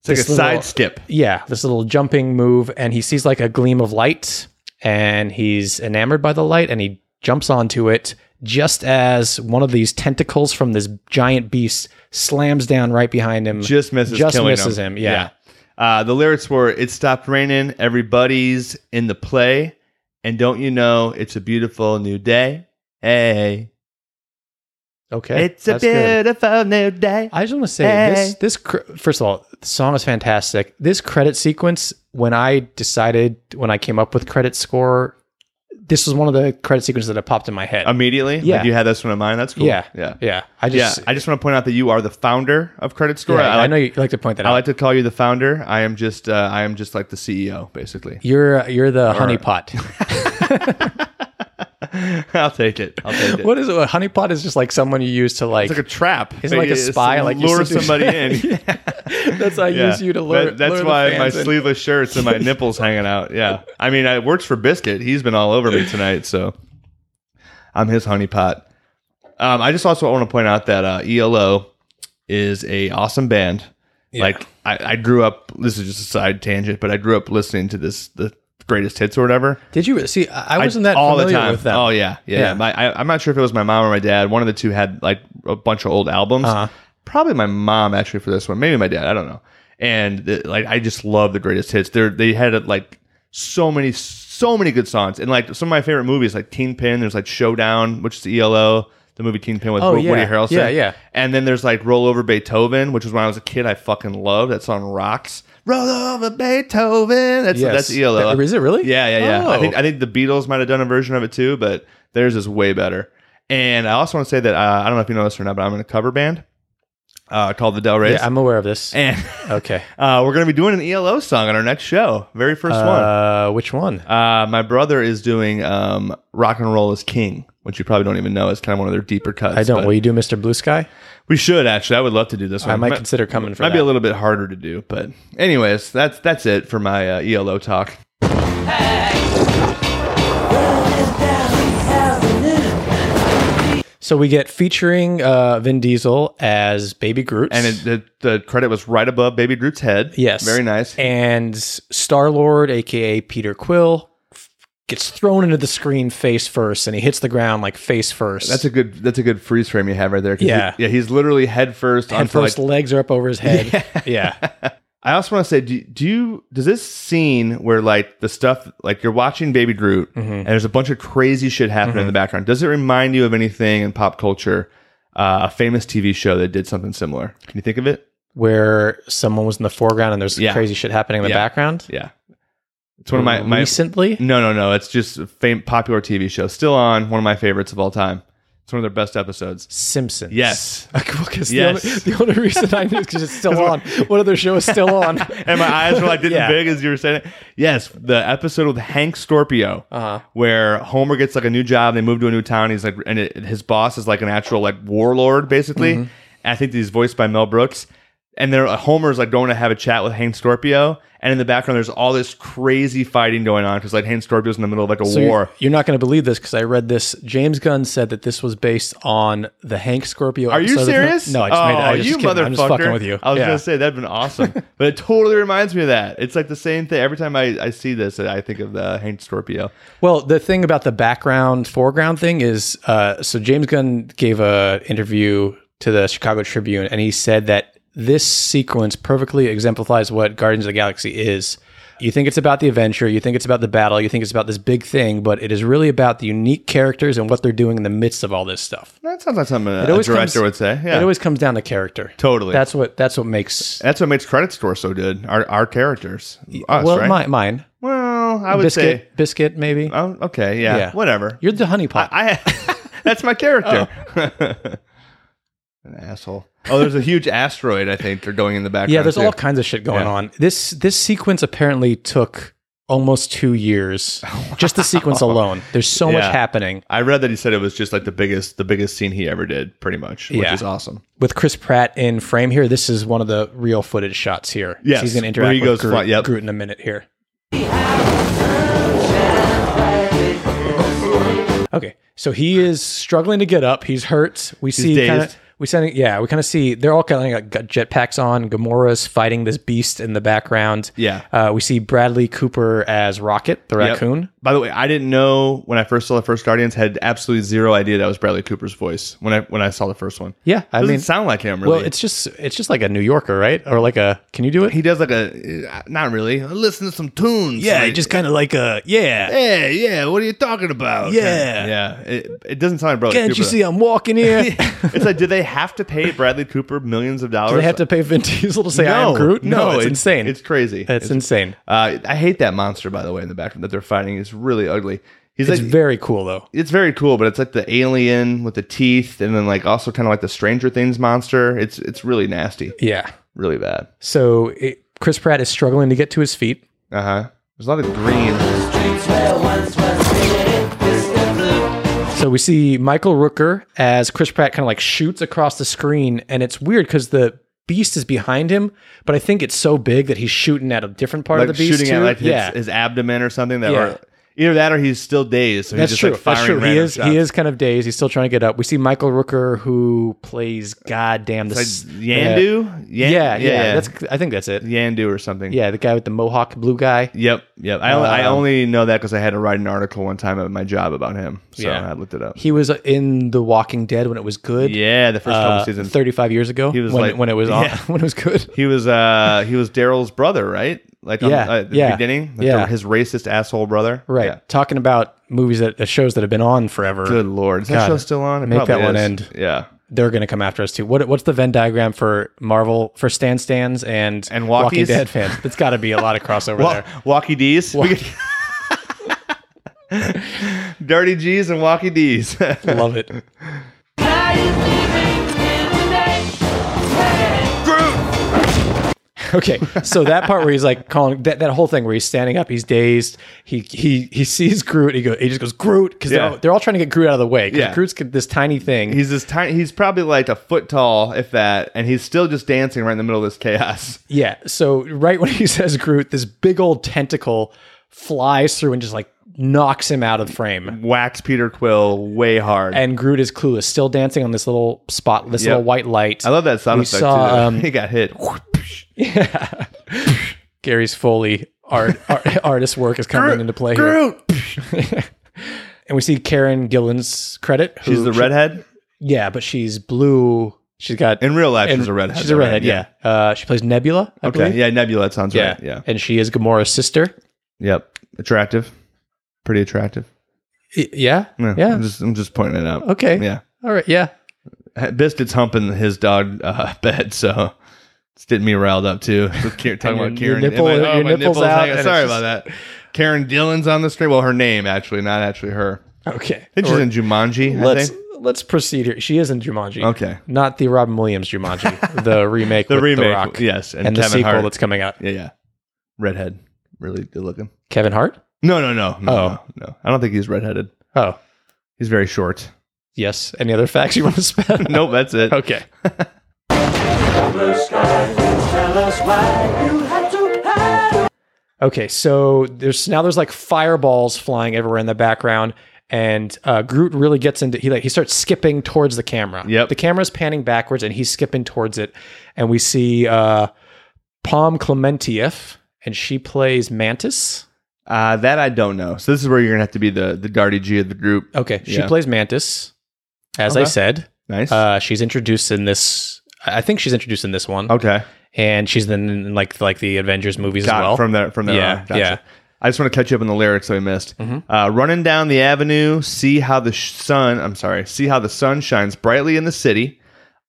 it's like a this little- side skip. yeah, this little jumping move, and he sees like a gleam of light, and he's enamored by the light, and he jumps onto it just as one of these tentacles from this giant beast slams down right behind him. Just misses. just killing misses him. Yeah. Uh, the lyrics were, "It stopped raining. Everybody's in the play, and don't you know it's a beautiful new day? Hey, Okay, it's a that's good. beautiful new day." I just want to say Hey. this. This cr- first of all, the song is fantastic. This credit sequence, when I decided when I came up with credit score, this was one of the credit sequences that popped in my head. Immediately, Yeah. Like you had this one in mind. That's cool. yeah, yeah, yeah. I Um, yeah. just, yeah. I just want to point out that you are the founder of Credit Score. I, I, like, know you like to point that I out. like to call you the founder. I am just, uh, I am just like the CEO, basically. you're you're the honeypot. I'll take it. I'll take it. what is it? A honeypot is just like someone you use to like. It's like a trap. Isn't it like a They- it's- spy, like you lure sit there- somebody in. that's I Yeah. use you to That- lure. that's lure the why my fans in. sleeveless shirts and my nipples hanging out. Yeah. I mean, I- it works for Biscuit. He's been all over me tonight, so I'm his honeypot. Um, I just also want to point out that uh, ELO is a awesome band. Like I, I grew up. This is just a side tangent, but I grew up listening to this the greatest hits or whatever. Did you see? I I I- wasn't that all familiar the time. with them. Oh yeah, yeah. yeah. Yeah. My, I, I'm not sure if it was my mom or my dad. One of the two had like a bunch of old albums. Uh-huh. Probably my mom actually for this one. Maybe my dad. I don't know. And the, like I just love the greatest hits. They they had like so many so many good songs. And like some of my favorite movies like Teen Pin. There's like Showdown, which is the ELO. The movie Teen Pin with Oh, Wo- Woody yeah. Harrelson. Yeah, yeah. And then there's like Roll Over Beethoven, which was when I was a kid. I fucking loved that song. Rocks. Roll Over Beethoven. That's Yes. that's ELO. That- is it really? Yeah, yeah, yeah. I Oh. think I think the Beatles might have done a version of it too, but theirs is way better. And I also want to say that uh, I don't know if you know this or not, but I'm in a cover band uh, called the Del Reyes, yeah. I'm aware of this. and okay. uh, we're going to be doing an ELO song on our next show, very first Uh, which one? one. Uh, my brother is doing um, "Rock and Roll Is King," which you probably don't even know. It's kind of one of their deeper cuts. I don't. but Will you do Mr. Blue Sky? We should actually. I would love to do this. One. I might Ma- consider coming for Might that. be a little bit harder to do, but anyways, that's that's it for my uh, ELO talk. so we get featuring uh, Vin Diesel as Baby Groot, And it, the, the credit was right above Baby Groot's head. yes, very nice. And Star Lord, aka Peter Quill, f- gets thrown into the screen face first, and he hits the ground like face first. That's a good. That's a good freeze frame you have right there. 'cause Yeah. he- yeah. He's literally head first. on and for, first like- legs are up over his head. Yeah, I also want to say, do, do you does this scene where like the stuff like you're watching Baby Groot Mm-hmm. and there's a bunch of crazy shit happening in the background? Does it remind you of anything in pop culture? Uh, a famous TV show that did something similar. Can you think of it? where someone was in the foreground and there's Yeah. crazy shit happening in the Yeah. background. Yeah, it's one of Mm, my my. Recently, No, no, no. It's just a fam- popular TV show. Still on. One of my favorites of all time. It's one of their best episodes. Simpsons. Yes. because Yes. the, only, the only reason I knew is because it's still on. What other show is still on? and my eyes were like didn't Yeah. big as you were saying it. Yes, the episode with Hank Scorpio, Uh-huh. where Homer gets like a new job, they move to a new town. He's like, Mm-hmm. and it, his boss is like an actual like warlord, basically. And I think he's voiced by Mel Brooks. and there Homer's like going to have a chat with Hank Scorpio, and in the background there's all this crazy fighting going on because like Hank Scorpio's in the middle of like a So you're- war. You're, not going to believe this because I read this. James Gunn said that this was based on the Hank Scorpio. Are you episode of- serious? no, I just made. Oh, I was you just kidding. motherfucker! I'm just fucking with you. I was Yeah. gonna say that'd been awesome, but it totally reminds me of that. It's like the same thing every time I, I see this. I think of the Hank Scorpio. Well, the thing about the background foreground thing is, uh, so James Gunn gave a interview to the Chicago Tribune, and he said that this sequence perfectly exemplifies what Guardians of the Galaxy is. You think it's about the adventure, you think it's about the battle, you think it's about this big thing, but it is really about the unique characters and what they're doing in the midst of all this stuff. That sounds like something a, It always director comes- would say. Yeah, It always comes down to character. Totally. That's what. That's what makes. that's what makes Credit Store so good. Our our characters, us, well, right? mi- mine. well, I would biscuit. say. Biscuit. Maybe. Oh, okay, yeah, Yeah. whatever. You're the honeypot. I that's my character. Oh. An asshole. Oh, there's a huge asteroid. I think they're going in the background. Yeah, there's too. all kinds of shit going Yeah. on. This this sequence apparently took almost two years, just the sequence alone. There's so much Yeah. happening I read that he said it was just like the biggest, the biggest scene he ever did, pretty much, which Yeah. is awesome. with Chris Pratt in frame here. This is one of the real footage shots here. Yes, he's going to where interact he with goes Groot, fly- yep. Groot in a minute here. Okay, so he is struggling to get up. He's hurt. We see kinda- dazed. we send yeah. We kind of see they're all kind of got jetpacks on. Gamora's fighting this beast in the background. Yeah. uh, we see Bradley Cooper as Rocket, the Yep. raccoon. By the way, I didn't know when I first saw the first Guardians had absolutely zero idea that was Bradley Cooper's voice when I when I saw the first one. Yeah, I doesn't mean, sound like him really. well, it's just it's just like a New Yorker, right? Or like a can you do it? he does like a uh, not really. I listen to some tunes. like, kind of like a yeah. yeah, yeah. What are you talking about? Yeah. yeah. It, it doesn't sound like Bradley Can't Cooper. you though. see I'm walking here? it's like, did they have to pay Bradley Cooper millions of dollars? Do they have to pay Vin Diesel to say I am Groot? No, it's, insane. It's crazy. That's It's- insane. Uh, I hate that monster, by the way, in the background that they're fighting. It's really ugly. He's It's like, very cool though. it's very cool, but it's like the alien with the teeth, and then like also kind of like the Stranger Things monster. It's it's really nasty, Yeah. really bad. So it, Chris Pratt is struggling to get to his feet. Uh huh. There's a lot of green. Streets where once was bigoted, distant blue. So we see Michael Rooker as Chris Pratt kind of like shoots across the screen, and it's weird because the beast is behind him, but I think it's so big that he's shooting at a different part Like of the beast shooting too. at like his, yeah, his abdomen or something. That Yeah. or, either that or he's still dazed. So that's he's just true. like firing that's true. He random is shots. he is kind of dazed. He's still trying to get up. We see Michael Rooker who plays goddamn Like this Yandu. Yeah, Yan- yeah, That's I think that's it. Yandu or something. Yeah, Uh, the guy with the mohawk, blue guy. Yep, yep. I, only I only know that because I had to write an article one time at my job about him, so Yeah. I looked it up. He was in The Walking Dead when it was good. yeah, the first uh, couple seasons. 35 years ago He was when, like- when it was on, Yeah. when it was good. He was uh he was Daryl's brother, right? Like on, Yeah, uh, at the yeah, beginning, like yeah. his racist asshole brother. Right. Yeah. Talking about movies that uh, shows that have been on forever. Good lord, is that God, show still on? It make probably that one is. end. Yeah, They're going to come after us too. What what's the Venn diagram for Marvel for Stan Stans and And Walking walkies? Dead fans? It's got to be a lot of crossover Wa- there. walkie D's, We could- dirty G's and walkie D's. Love it. Now you're leaving in the night. Hey, Okay, so that part where he's like calling that, that whole thing where he's standing up, he's dazed. He he he sees Groot. He go he just goes Groot because Yeah. they're, all- they're all trying to get Groot out of the way. 'cause Yeah. Groot's get this tiny thing. he's this tiny. He's probably like a foot tall, if that, and he's still just dancing right in the middle of this chaos. yeah. So right when he says Groot, this big old tentacle flies through and just like knocks him out of frame. Wax Peter Quill way hard. And Groot is clueless, still dancing on this little spot, this Yep. little white light. I love that sound We effect saw, too. um, he got hit. Gary's Foley art, art artist work is coming into play here. And we see Karen Gillan's credit. who- She's the she- redhead. Yeah, but she's blue. She's got In real life, and she's a redhead. She's a though, right? redhead. Yeah. Uh, she plays Nebula. I Okay. Believe. Yeah, Nebula. That sounds right. Yeah. And she is Gamora's sister. Yep. Attractive. Pretty attractive. Y- yeah. Yeah. Yeah. I'm just, I'm just pointing it out. Okay. Yeah. All right. Yeah. Biscuit's humping his dog uh, bed, so it's getting me riled up too. With Kier- talking your- about your Karen. nipple- Am I- oh, your my nipple's nipple's out, hanging- and Sorry it's about that. Karen Dillon's on the screen. Well, her name actually, not actually her. Okay. I think she's Or- in Jumanji. I let's think. let's proceed here. She is in Jumanji. Okay. Not the Robin Williams Jumanji, the remake. The with remake, The Rock, yes, and and, the Kevin sequel Hart. that's coming out. Yeah, yeah. Redhead. Really good looking. Kevin Hart. No, no, no. no Oh. no, no. I don't think he's redheaded. Oh. He's very short. Yes. Any other facts you want to spend? Nope, that's it. Okay. blue sky. Tell us why you had to hide. Okay, so there's now there's like fireballs flying everywhere in the background, and uh, Groot really gets into he like he starts skipping towards the camera. Yep. the camera's panning backwards, and he's skipping towards it, and we see uh, Palm Clementieff, and she plays Mantis. Uh, that I don't know. So this is where you're gonna have to be the the guardy G of the group. Okay, she Yeah. plays Mantis. As I Okay. said, Nice. uh, she's introduced in this. I think she's introduced in this one, okay. and she's then in like like the Avengers movies Got as it. well. from there from there Yeah, on. Gotcha. yeah. Mm-hmm. I just want to catch you up on the lyrics that we missed. Uh, running down the avenue, see how the sh- sun. I'm sorry. See how the sun shines brightly in the city,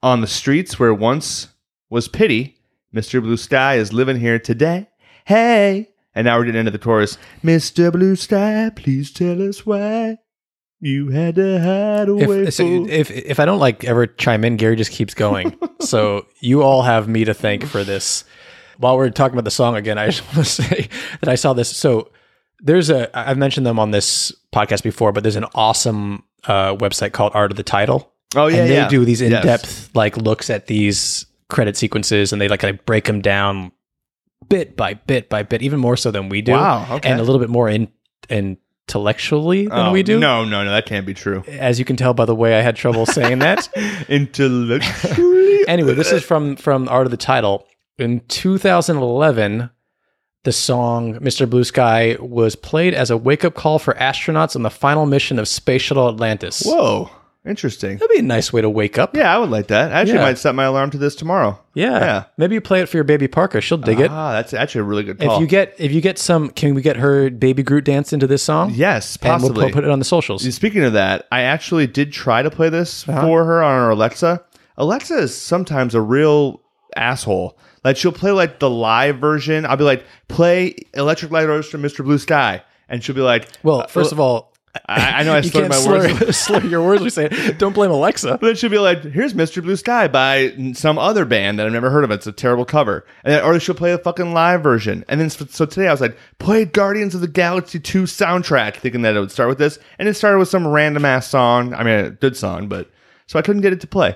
on the streets where once was pity. Mister Blue Sky is living here today. Hey, and now we're getting into the chorus. Mister Blue Sky, please tell us why you had to hide away. if, so for- if if I don't like ever chime in, Gary just keeps going. so you all have me to thank for this. While we're talking about the song again, I just want to say that I saw this. So there's a I- I've mentioned them on this podcast before, but there's an awesome uh, website called Art of the Title. oh yeah, and they yeah. do these Yes. in-depth like looks at these credit sequences, and they like kind of break them down bit by bit by bit, even more so than we do. Wow, okay. and a little bit more in intellectually than Oh, we do No, no, no. That can't be true. as you can tell by the way I had trouble saying that. Intellectually. anyway, this is from from Art of the Title. In 2011, the song Mr. Blue Sky was played as a wake-up call for astronauts on the final mission of Space Shuttle Atlantis. Whoa, interesting. That'd be a nice way to wake up. Yeah, I would like that. I actually Yeah. might set my alarm to this tomorrow. Yeah. Yeah. Maybe you play it for your baby Parker. She'll dig it. Ah, that's actually a really good If call. you get if you get some can we get her baby Groot dance into this song? yes, And we'll possibly. put- put it on the socials. Speaking of that, I actually did try to play this Uh-huh. for her on her Alexa. Alexa is sometimes a real asshole. Like she'll play like the live version. I'll be like, "Play Electric Light Orchestra, Mr. Blue Sky," and she'll be like, "Uh, Well, first of all, I, I know I you slurred can't my slur, words." slur your words. We say, don't blame Alexa. But then she'll be like, "Here's Mr. Blue Sky by some other band that I've never heard of. It's a terrible cover." And then, or she'll play a fucking live version. And then so so today I was like, "Play Guardians of the Galaxy 2 soundtrack," thinking that it would start with this, and it started with some random ass song. I mean, a good song, but so I couldn't get it to play.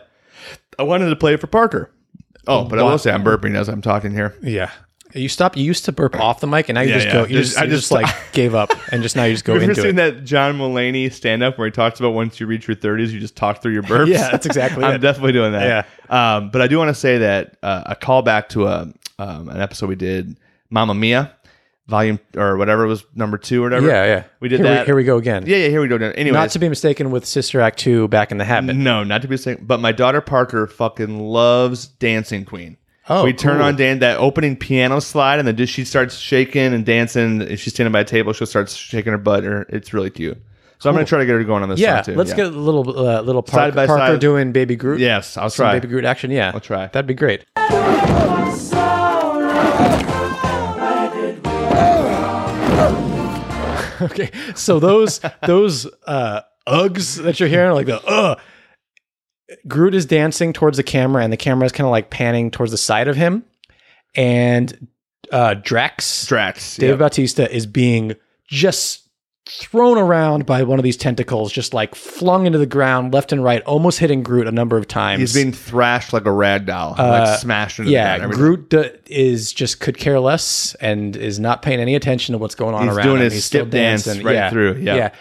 I wanted to play it for Parker. Oh, but I will say I'm burping as I'm talking here. Yeah. You stopped. You used to burp off the mic, and now you Yeah, just yeah. go. You Just- just, I you just just, like gave up, and just now you just go Have you ever into seen it. that John Mulaney stand up where he talks about once you reach your 30s, you just talk through your burps? Yeah, that's exactly I'm it. definitely doing that. Yeah. Um, but I do want to say that uh, a callback to a um, an episode we did, Mamma Mia, volume or whatever it was, number two or whatever. Yeah, yeah. We did Here we- that. here we go again. Yeah, yeah, here we go again. Anyway, Not to be mistaken with Sister Act Two, Back in the Habit. no, not to be saying, but my daughter Parker fucking loves Dancing Queen. Oh, we turn cool. on Dan that opening piano slide, and then just she starts shaking and dancing. If she's standing by a table, she'll start shaking her butt. Or it's really cute. So I'm gonna try to get her going on this. Yeah, song too. let's get a little uh, little Side Parker, by Parker side. doing Baby Groot. Yes, I'll some try. Baby Groot action. Yeah, I'll try. That'd be great. okay, so those those uh, ugs that you're hearing, like the uh, Groot is dancing towards the camera, and the camera is kind of like panning towards the side of him, and uh, Drax, Strax. Dave yeah. Bautista is being just thrown around by one of these tentacles, just like flung into the ground left and right, almost hitting Groot a number of times. He's being thrashed like a rag doll, like smashed into Uh, yeah, the ground. every day. Groot d- is just could care less and is not paying any attention to what's going on He's around doing him. his still skip dance dancing. right through, yeah.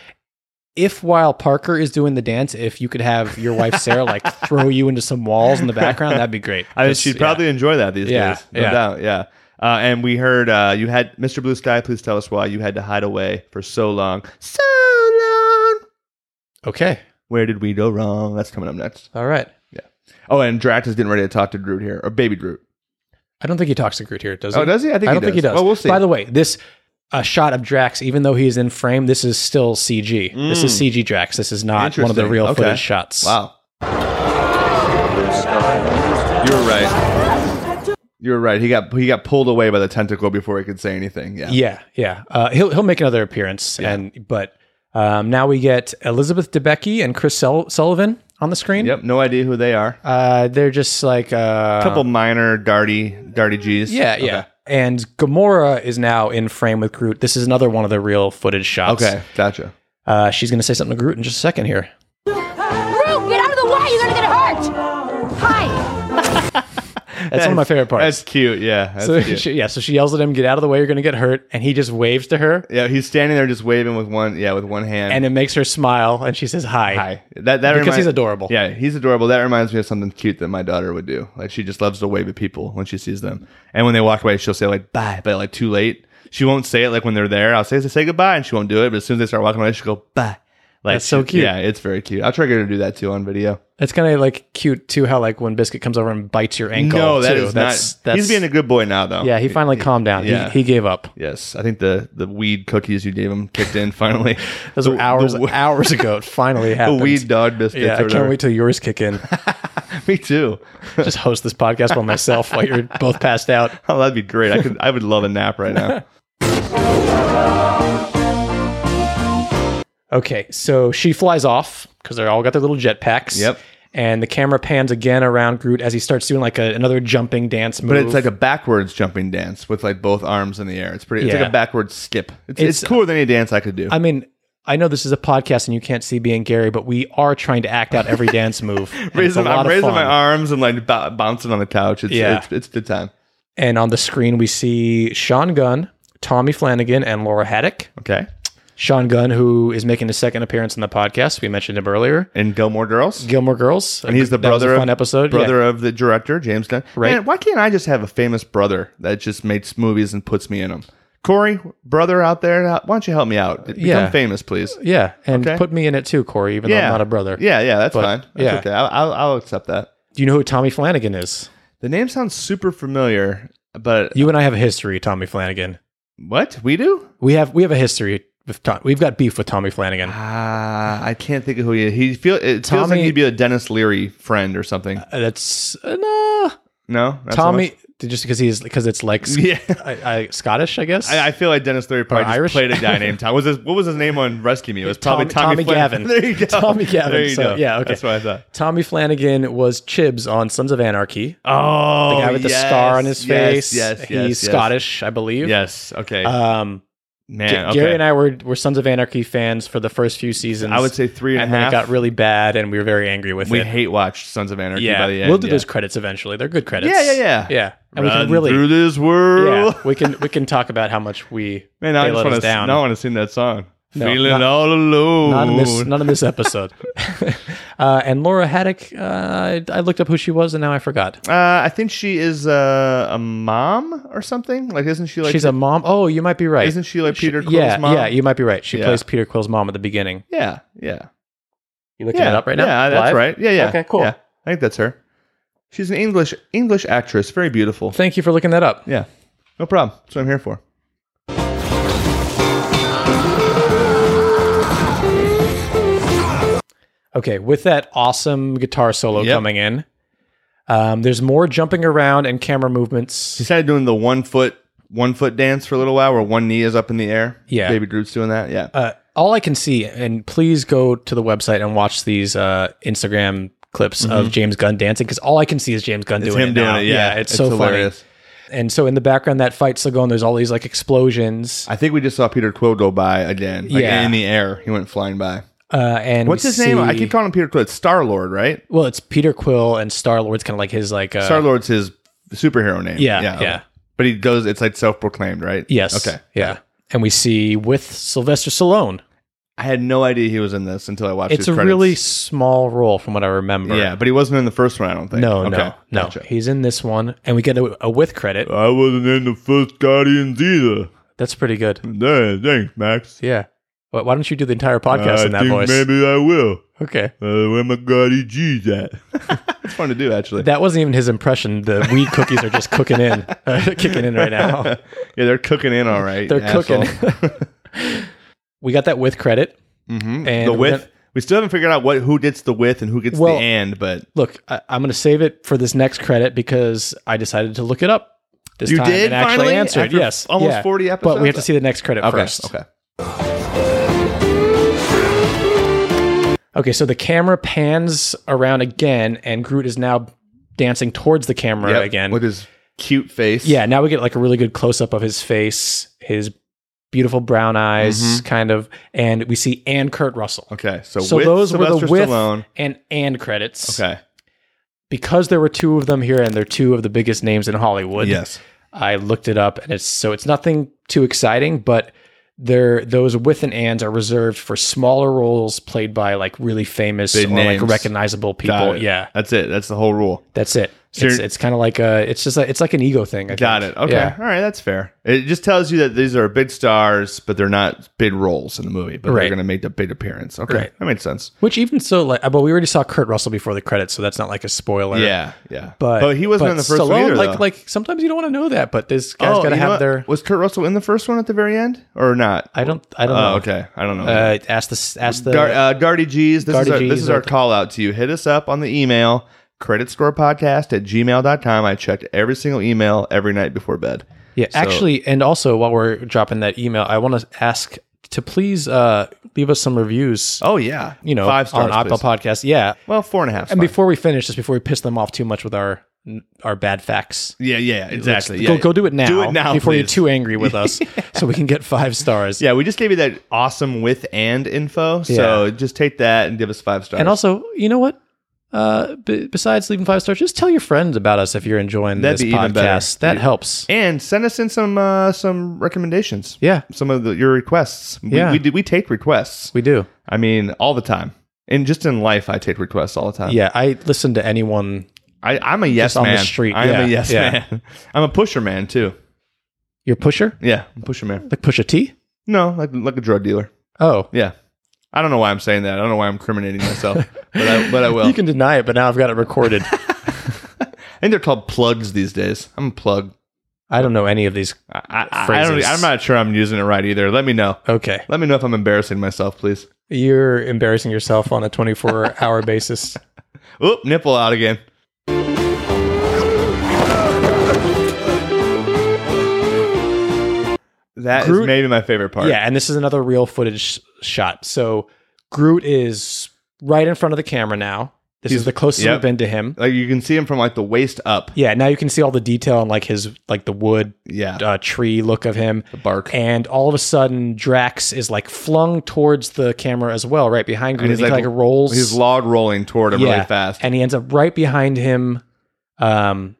If while Parker is doing the dance, if you could have your wife Sarah like throw you into some walls in the background, that'd be great. I mean, Just- she'd yeah. probably enjoy that these Yeah, days, no yeah. doubt. Yeah. Uh, and we heard uh, you had Mr. Blue Sky. Please tell us why you had to hide away for so long. So long. okay. Where did we go wrong? That's coming up next. All right. Oh, and Drax is getting ready to talk to Groot here, or Baby Groot. I don't think he talks to Groot here, does he? Oh, does he? I think I he don't think he does. does. Well, we'll see. By the way, this uh, shot of Drax, even though he is in frame, this is still CG. This is CG Drax. This is not one of the Mm. Interesting. real Okay. footage shots. Wow. You're right. You're right. He got he got pulled away by the tentacle before he could say anything. Yeah. Yeah, yeah. Uh, he'll he'll make another appearance, and but um, now we get Elizabeth Debicki and Chris Sul- Sullivan on the screen. Yep. No idea who they are. Uh, they're just like uh, couple minor darty darty G's. Yeah, yeah. And Gamora is now in frame with Groot. This is another one of the real footage shots. Okay. okay. Gotcha. Uh, she's going to say something to Groot in just a second here. Groot, get out of the way! You're gonna get hurt! Hi! That's one of my favorite That's parts. cute. Yeah. That's So cute. she, yeah, so she yells at him, "Get out of the way! You're gonna get hurt!" And he just waves to her, yeah. He's standing there just waving with one. Yeah, with one hand. and it makes her smile, and she says, "Hi." Hi. That that Because remind- he's adorable. Yeah, he's adorable. That reminds me of something cute that my daughter would do. Like she just loves to wave at people when she sees them, and when they walk away, she'll say like "bye," but like too late. She won't say it like when they're there. I'll say say goodbye, and she won't do it. But as soon as they start walking away, she'll go "bye." Like That's so she- cute. Yeah, it's very cute. I'll try to get her to do that too on video. That's kind of like cute too. How like when Biscuit comes over and bites your ankle. no, that too. is not. he's being a good boy now, though. yeah. He finally calmed down. Yeah. He, he gave up. Yes, I think the the weed cookies you gave him kicked in finally. Those were The- hours The, hours ago. It finally the happened. weed dog biscuits. yeah, or I can't whatever. wait till yours kick in. Me too. Just host this podcast by myself while you're both passed out. Oh, that'd be great. I could. I would love a nap right now. Okay, so she flies off because they're all got their little jetpacks. Yep. And the camera pans again around Groot as he starts doing like a, another jumping dance move. But it's like a backwards jumping dance with like both arms in the air. It's pretty. It's Yeah. like a backwards skip. It's, it's, It's- cooler than any dance I could do. I mean, I know this is a podcast and you can't see being Gary, but we are trying to act out every dance move. and it's a raising, lot I'm of raising fun. my arms and like b- bouncing on the couch. It's, Yeah. it's it's good time. And on the screen, we see Sean Gunn, Tommy Flanagan, and Laura Haddock. Okay. Sean Gunn, who is making his second appearance in the podcast, we mentioned him earlier. And Gilmore Girls. Gilmore Girls, And he's the That was a brother fun of episode, Yeah. brother of the director James Gunn. Right. Man, why can't I just have a famous brother that just makes movies and puts me in them? Corey, brother out there, uh, why don't you help me out? Become Yeah. famous, please. Yeah, and Okay. put me in it too, Corey, even though I'm not a brother. Yeah, yeah, that's But, fine. That's yeah. okay. I'll, I'll, I'll accept that. Do you know who Tommy Flanagan is? The name sounds super familiar, but You and I have a history, Tommy Flanagan. what we do? We have we have a history with Tom, we've got beef with Tommy Flanagan. Uh, Ah, I can't think of who he. Is. He feel it feels like Tommy- he'd be a Dennis Leary friend or something. That's uh, no No, Not so Tommy much? just because he's because it's like sc- Yeah. I, I, Scottish, I guess. I, I feel like Dennis Leary probably Or just Irish? played a guy named Tom. Was his, what was his name on Rescue Me? It was probably Tom- Tommy, Tommy Flanagan. Gavin. There you go. Tommy Gavin, There you so, go. yeah, okay. That's what I thought. Tommy Flanagan was Chibs on Sons of Anarchy. Oh, the guy with yes, the scar on his yes, face. Yes, yes, he's yes. Scottish, I believe. Yes. Okay. Um, Man, G- Gary and I were, were Sons of Anarchy fans for the first few seasons. I would say three and a and then it half. got really bad, and we were very angry with we it. hate watched Sons of Anarchy yeah, by the end. we'll do yeah. those credits eventually. They're good credits. Yeah, yeah, yeah. yeah. And we Run can really through this world. yeah, we can we can talk about how much we Man, they I just let want us to. down. Now I want to sing that song. No, Feeling not- all alone. not in this not in this episode. uh, and Laura Haddock, uh, I, I looked up who she was, and now I forgot. Uh, I think she is uh, a mom or something. Like, isn't she like? She's a mom. Oh, you might be right. isn't she like Peter Quill's yeah, mom? yeah, you might be right. She Yeah. plays Peter Quill's mom at the beginning. yeah, yeah. You looking yeah. it up right now? Yeah, that's Live? right. Yeah, yeah. Okay, cool. Yeah, I think that's her. She's an English English actress, very beautiful. Thank you for looking that up. Yeah, no problem. That's what I'm here for. Okay, with that awesome guitar solo Yep. coming in, um, there's more jumping around and camera movements. She started doing the one foot one foot dance for a little while, where one knee is up in the air. Yeah. Baby Groot's doing that. Yeah. uh, all I can see, and please go to the website and watch these uh, Instagram clips of James Gunn dancing because all I can see is James Gunn Mm-hmm. it's doing him it. doing now. it. Yeah, it's, so hilarious. funny. And so in the background, that fight's still going. There's all these like explosions. I think we just saw Peter Quill go by again. Like Yeah. in the air, he went flying by. Uh, and What's we his name? I see- keep calling him Peter Quill. It's Star Lord, right? Well, it's Peter Quill and Star Lord's kind of like his like. Uh, Star Lord's his superhero name. Yeah, yeah. But he goes. It's like self-proclaimed, right? Yes. Okay. Yeah. And we see with Sylvester Stallone. I had no idea he was in this until I watched. It's his a credits. really small role from what I remember. yeah, but he wasn't in the first one. I don't think. No, Okay, no, no. gotcha. Uh, He's in this one, and we get a, a with credit. I wasn't in the first Guardians either. That's pretty good. Yeah, thanks, Max. Yeah. Why why don't you do the entire podcast in that voice? maybe I will. Okay. Uh, where my Guardy G's at? It's fun to do, actually. That wasn't even his impression. The weed cookies are just cooking in, uh, kicking in right now. yeah, they're cooking in all right. They're cooking. we got that with credit. hmm And the we're with. gonna- we still haven't figured out what who gets the with and who gets Well- the and, but Look, I, I'm going to save it for this next credit because I decided to look it up this You time did and actually finally? answered. After yes, almost 40 But we have to episodes? see the next credit okay, first. okay. Okay, so the camera pans around again, and Groot is now dancing towards the camera Yep, again with his cute face. Yeah, now we get like a really good close up of his face, his beautiful brown eyes, kind of, and we see and Kurt Russell. Mm-hmm. Okay. So, So with those were Sylvester the with Stallone. and and credits. Okay. because there were two of them here and they're two of the biggest names in Hollywood. Yes. I looked it up and it's so it's nothing too exciting, but they're those with an and are reserved for smaller roles played by like really famous Big or names. like recognizable people. Got it. Yeah. That's it. That's the whole rule. That's it. So it's you're- it's kind of like a it's just like it's like an ego thing. I Got think. it. Okay. Yeah. All right. That's fair. It just tells you that these are big stars, but they're not big roles in the movie, but they're Right. going to make the big appearance. Okay. Right. That makes sense. Which even so, like, but we already saw Kurt Russell before the credits, so that's not like a spoiler. Yeah. Yeah. But, he wasn't but in the first Stallone, one either. Like though. like sometimes you don't want to know that, but this guy's Oh, you got to know have what? their. Was Kurt Russell in the first one at the very end or not? I don't I don't oh, know. okay. I don't know. Uh, ask the ask the Dar- uh, Darty G's, this is Darty our, this G's is our are- call out to you. Hit us up on the email, credit score podcast at gmail.com. I checked every single email every night before bed. Yeah, actually, and also while we're dropping that email, I want to ask to please uh, leave us some reviews. Oh, yeah. you know, five stars. on Apple please. Podcast. Yeah, Well, four and a half. and stars. before we finish, just before we piss them off too much with our our bad facts. yeah, yeah, exactly. go, yeah. go do it now. Do it now. before you're please. too angry with us, so we can get five stars. Yeah, we just gave you that awesome with and info. So Yeah. just take that and give us five stars. and also, you know what? Uh, b- besides leaving five stars, just tell your friends about us if you're enjoying That'd this be even better. podcast. That helps. and send us in some uh, some recommendations. Yeah, Some of the, your requests. We, Yeah. we, do, we take requests. we do. I mean, all the time. And just in life, I take requests all the time. Yeah, I listen to anyone. I, I'm a yes Just on the man. street, I am a yeah, yes yeah. man. I'm a pusher man too. Your pusher, Yeah, I'm a pusher man. like push a T. No, like like a drug dealer. Oh, Yeah, I don't know why I'm saying that. I don't know why I'm incriminating myself, but I, but I will. You can deny it, but now I've got it recorded. I think they're called plugs these days. I'm a plug. I don't know any of these. I, I, I don't, Phrases. I'm not sure I'm using it right either. Let me know. Okay. Let me know if I'm embarrassing myself, please. You're embarrassing yourself on a 24 hour basis. Oop, nipple out again. That is Groot- maybe my favorite part. Yeah, and this is another real footage sh- shot. So Groot is right in front of the camera now. This He's- is the closest yep. Uh, we've been to him. like you can see him from like the waist up. Yeah, now you can see all the detail and like his like the wood Yeah, uh, tree look of him. the bark. And all of a sudden, Drax is like flung towards the camera as well, right behind Groot. he's he like- like, rolls. He's log rolling toward him really fast. And, and he ends up right behind him, um,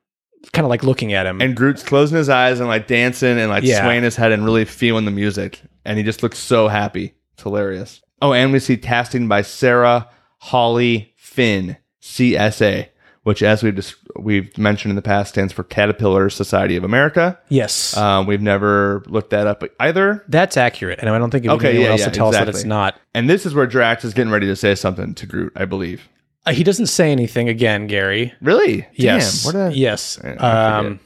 kind of like looking at him. Groot's closing his eyes and like dancing and like Yeah. swaying his head and really feeling the music. And he just looks so happy. It's hilarious. Oh, and we see casting by Sarah Holly Finn, CSA, which, as we've dis- we've mentioned in the past, stands for Caterpillar Society of America. yes, Um, we've never looked that up either. That's accurate, and I don't think it would Okay, okay, anyone yeah, else yeah, to tell us that exactly. it's not. And this is where Drax is getting ready to say something to Groot, I believe. Uh, he doesn't say anything again, Gary. Really? Damn, Yes, what a- yes. I- I forget. Um,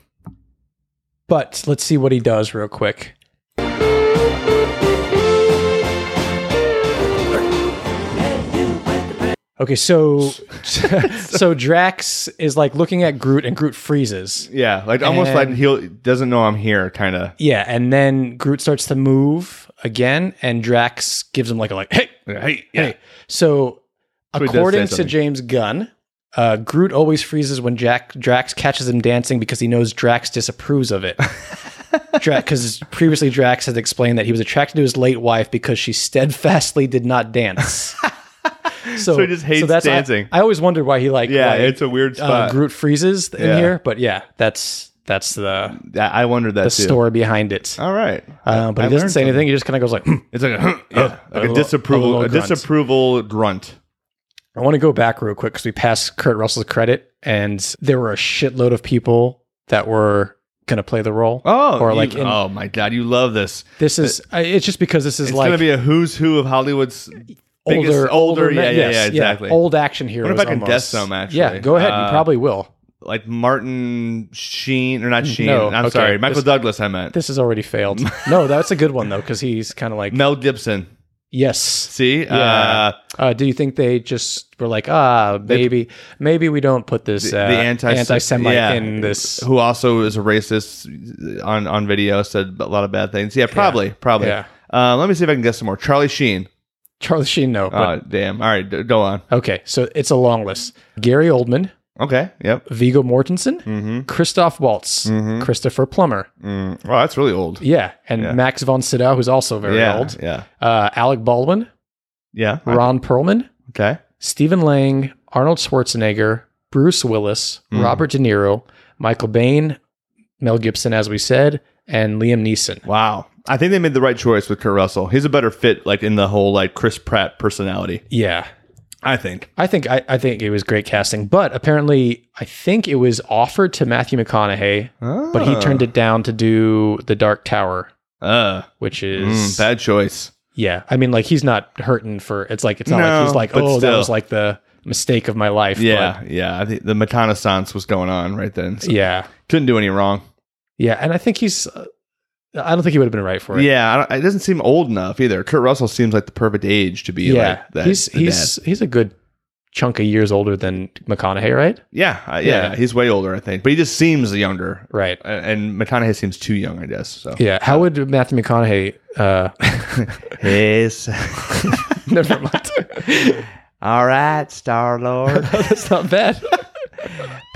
but let's see what he does real quick. Okay, so so Drax is like looking at Groot, and Groot freezes. Yeah, like almost like And- he doesn't know I'm here, kind of. Yeah, and then Groot starts to move again, and Drax gives him like a like, hey, Hey, yeah. Hey, so, So he does say according to something. James Gunn, uh, Groot always freezes when Jack Drax catches him dancing because he knows Drax disapproves of it. Drax, because previously Drax had explained that he was attracted to his late wife because she steadfastly did not dance. So, he just hates I- dancing. I, always wondered why he like Yeah, why, it's a weird uh, spot. Groot freezes in Yeah. here, but yeah, that's that's the I I wondered that the too. story behind it. All right, Uh, but I he doesn't learned say anything. something. He just kind of goes like, "Hmm, It's like a, yeah, like a, little- a disapproval, little a, grunt. disapproval grunt. I want to go back real quick because we passed Kurt Russell's credit, and there were a shitload of people that were going to play the role. Oh, or like you- in- oh my god, you love this. this is I it's just because this is It's like gonna be a who's who of Hollywood's older, biggest, older, older, yeah, men- yeah, yes, yeah, exactly. old action heroes. if I can almost. guess some, actually? Yeah, go ahead. Uh, you probably will. like Martin Sheen or not Sheen. Mm, No, I'm okay. sorry, Michael This- Douglas. I meant This has already failed. no, that's a good one though because he's kind of like Mel Gibson. yes. See, uh, Uh, do you think they just were like, ah, maybe, maybe we don't put this uh, the anti anti-Semite yeah, in this? who also is a racist on on video said a lot of bad things. Yeah, probably, probably. Yeah. Uh, let me see if I can guess some more. Charlie Sheen. Charlie Sheen, no. Oh, But, damn. All right, d- go on. okay, so it's a long list. Gary Oldman, Okay. Yep. Vigo Mortensen, Mm-hmm. Christoph Waltz, Christopher Plummer. Mm. Wow, that's really old. Yeah. And Max von Sydow, who's also very yeah. old. Yeah. Uh, Alec Baldwin, Yeah. Ron Perlman, Okay. Stephen Lang, Arnold Schwarzenegger, Bruce Willis, Robert De Niro, Michael Bain, Mel Gibson, as we said, and Liam Neeson. Wow. I think they made the right choice with Kurt Russell. He's a better fit, like in the whole like Chris Pratt personality. Yeah. I think. I think I, I think it was great casting, but apparently I think it was offered to Matthew McConaughey, but he turned it down to do The Dark Tower, Uh, which mm, is bad choice. yeah. I mean, like he's not hurting for it's like it's not No, like he's like but oh that still. was like the mistake of my life. Yeah, yeah. I think the renaissance was going on right then. but So yeah, Couldn't do any wrong. yeah. And I think he's uh, I don't think he would have been right for it. Yeah, I don't, it doesn't seem old enough either. Kurt Russell seems like the perfect age to be yeah. like that. he's the he's dad. he's a good chunk of years older than McConaughey, right? yeah, uh, yeah, Yeah. He's way older, I think, but he just seems younger. Right. A- And McConaughey seems too young, I guess. So Yeah. How would Matthew McConaughey? Uh, Yes. never mind. All right, Star Lord. That's not bad.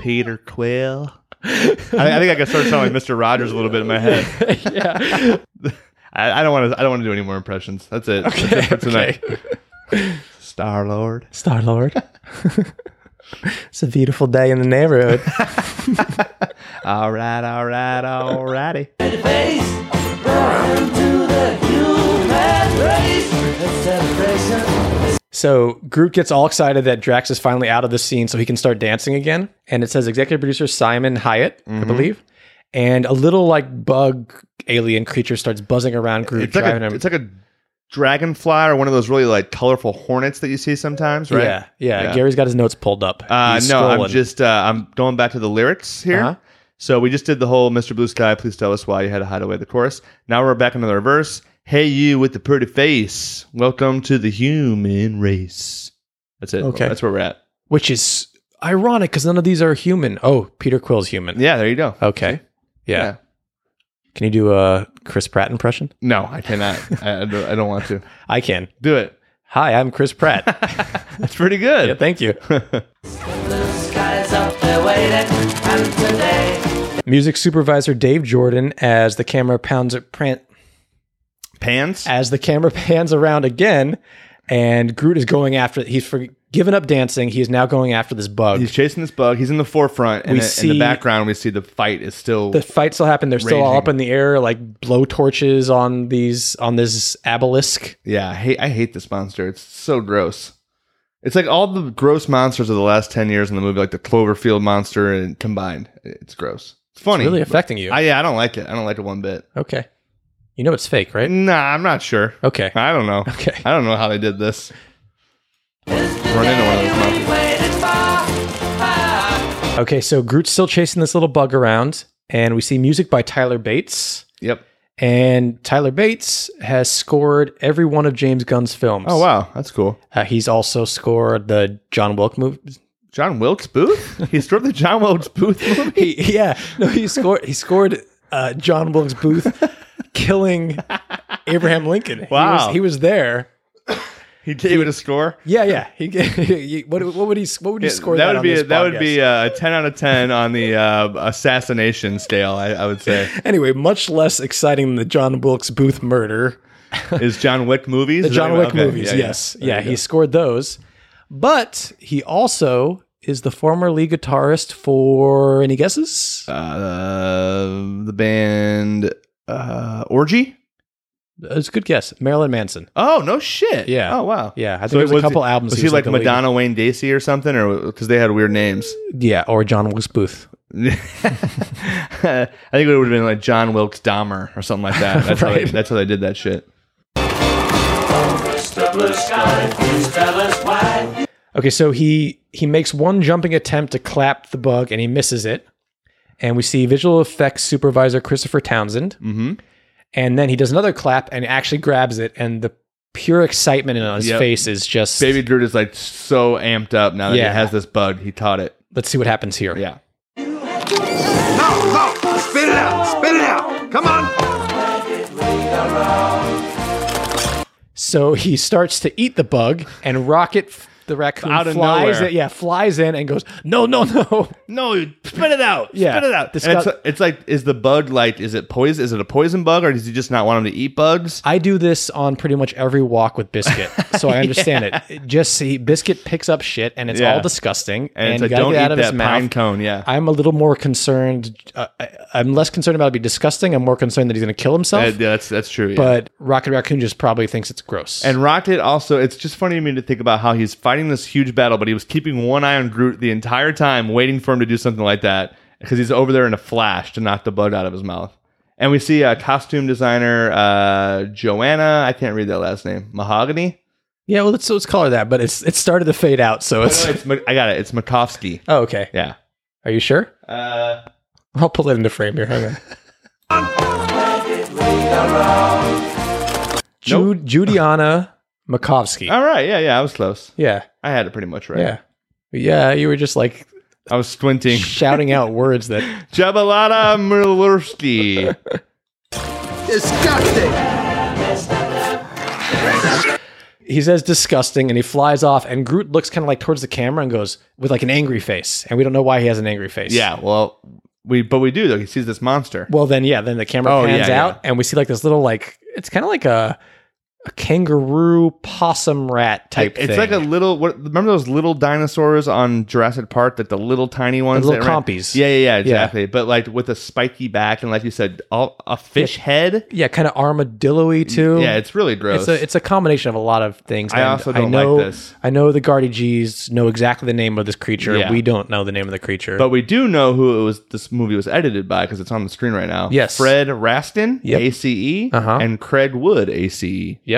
Peter Quill. I, I think I could start sounding like Mr. Rogers a little bit in my head. yeah. I, I don't want to. I don't want to do any more impressions. That's it. That's it for tonight. Star Lord. Star Lord. it's a beautiful day in the neighborhood. All right. All right. All righty. face. Welcome to the human race. A celebration. so Groot gets all excited that Drax is finally out of the scene so he can start dancing again. And it says executive producer Simon Hyatt, I Mm-hmm. believe. And a little like bug alien creature starts buzzing around Groot, It's like driving a. him. It's like a dragonfly or one of those really like colorful hornets that you see sometimes, right? yeah, yeah, Yeah. Gary's got his notes pulled up. Uh, He's no, I'm scrolling. just. Uh, I'm going back to the lyrics here. Uh-huh. So we just did the whole Mr. Blue Sky, please tell us why you had to hide away the chorus. Now we're back into the reverse. Hey, you with the pretty face. Welcome to the human race. That's it. Okay. That's where we're at. which is ironic because none of these are human. Oh, Peter Quill's human. Yeah, there you go. Okay. Yeah. Yeah. Can you do a Chris Pratt impression? No, I cannot. I, I, don't, I don't want to. I can. Do it. Hi, I'm Chris Pratt. That's pretty good. yeah, thank you. Blue skies up there waiting. And today. Music supervisor Dave Jordan as the camera pounds at print Pants. as the camera pans around again, and Groot is going after. He's for, given up dancing. He is now going after this bug. He's chasing this bug. He's in the forefront, and We in- in see- the background, we see the fight is still. the fight still happened. They're still all Raging. up in the air, like blowtorches on these on this obelisk. yeah, I hate, I hate this monster. It's so gross. It's like all the gross monsters of the last ten years in the movie, like the Cloverfield monster, and combined, it's gross. It's funny. Really affecting you. I, yeah, I don't like it. I don't like it one bit. okay, you know it's fake, right? Nah, I'm not sure. Okay. I don't know. Okay. I don't know how they did this. Run into one of those mountains. Okay, so Groot's still chasing this little bug around, and we see music by Tyler Bates. Yep. And Tyler Bates has scored every one of James Gunn's films. Oh wow, that's cool. Uh, he's also scored the John Wilkes movie. John Wilkes Booth. he scored the John Wilkes Booth movie. He, yeah, no, he scored. He scored uh, John Wilkes Booth killing Abraham Lincoln. He Wow. was, he was there. He gave it a score. Yeah, yeah. He, he- what, what would he? What would you Yeah, score? that That, would on be this that would podcast? be a ten out of ten on the uh, assassination scale. I, I would say anyway, much less exciting than the John Wilkes Booth murder. is John Wick movies. the Is John that- Wick okay, movies. yeah, yeah. yes, There yeah, you go. he scored those, but he also is the former lead guitarist for any guesses? uh, the band uh, Orgy. it's a good guess. Marilyn Manson. Oh no shit! Yeah. Oh wow. Yeah, I think So there was, was a couple he- albums. Was he like the lead- Madonna, Wayne Dacey, or something, or because they had weird names? Yeah, or John Wilkes Booth. I think it would have been like John Wilkes Dahmer or something like that. That's how they, Right. that's how they did that shit. Mr. Blue Sky, please tell us why. Okay, so he he makes one jumping attempt to clap the bug and he misses it. And we see visual effects supervisor Christopher Townsend. hmm And then he does another clap and actually grabs it. And the pure excitement on his Yep. face is just Baby Groot is like so amped up now that Yeah. he has this bug. He taught it. let's see what happens here. Yeah. So he starts to eat the bug, and Rocket f- the raccoon Out of flies nowhere. in, yeah flies in and goes no no no No, spit it out. Yeah. Spit it out. This And guy- it's, it's like, is the bug like, is it poison? Is it a poison bug or does he just not want him to eat bugs? I do this on pretty much every walk with Biscuit, so I understand it. it. Just see, Biscuit picks up shit, and it's Yeah. all disgusting, And, and, it's you like, gotta don't get eat out of that his pine mouth. cone. Yeah. I'm a little more concerned. Uh, I, I'm less concerned about it being disgusting. I'm more concerned that he's going to kill himself. Uh, yeah, that's, that's true. yeah. But Rocket Raccoon just probably thinks it's gross. And Rocket also, it's just funny to me to think about how he's fighting this huge battle, but he was keeping one eye on Groot the entire time, waiting for him to do something like that, because he's over there in a flash to knock the bug out of his mouth. And we see uh, costume designer uh, Joanna, I can't read that last name, Mahogany? yeah, well, let's let's call her that. But it's it started to fade out, so it's. No, it's, Ma- I got it. It's Makovsky. Oh, okay. Yeah. Are you sure? Uh, I'll pull it into frame here. Hang on. Ju- Judiana Makovsky. all right. Yeah, yeah. I was close. yeah, I had it pretty much right. yeah, yeah. You were just like I was squinting. shouting out words that Jabalada Murlursky. he says disgusting and he flies off and Groot looks kind of like towards the camera and goes with like an angry face and we don't know why he has an angry face. yeah. Well, we but we do though. He sees this monster. Well then yeah, then the camera Oh, pans yeah, out and we see like this little like it's kind of like a a kangaroo possum rat type It's thing. like a little. What, remember those little dinosaurs on Jurassic Park that the little tiny ones, little that ran- compies. Yeah, yeah, yeah, exactly. But like with a spiky back and like you said, all, a fish head. yeah, kind of armadillo-y too. Yeah, it's really gross. it's a it's a combination of a lot of things. I and also don't like know, this. I know the Guardi G's know exactly the name of this creature. Yeah. We don't know the name of the creature. but we do know who it was. This movie was edited by because it's on the screen right now. Yes. Fred Raskin, Yep. ACE, Uh-huh. E, and Craig Wood, E. ACE. yep.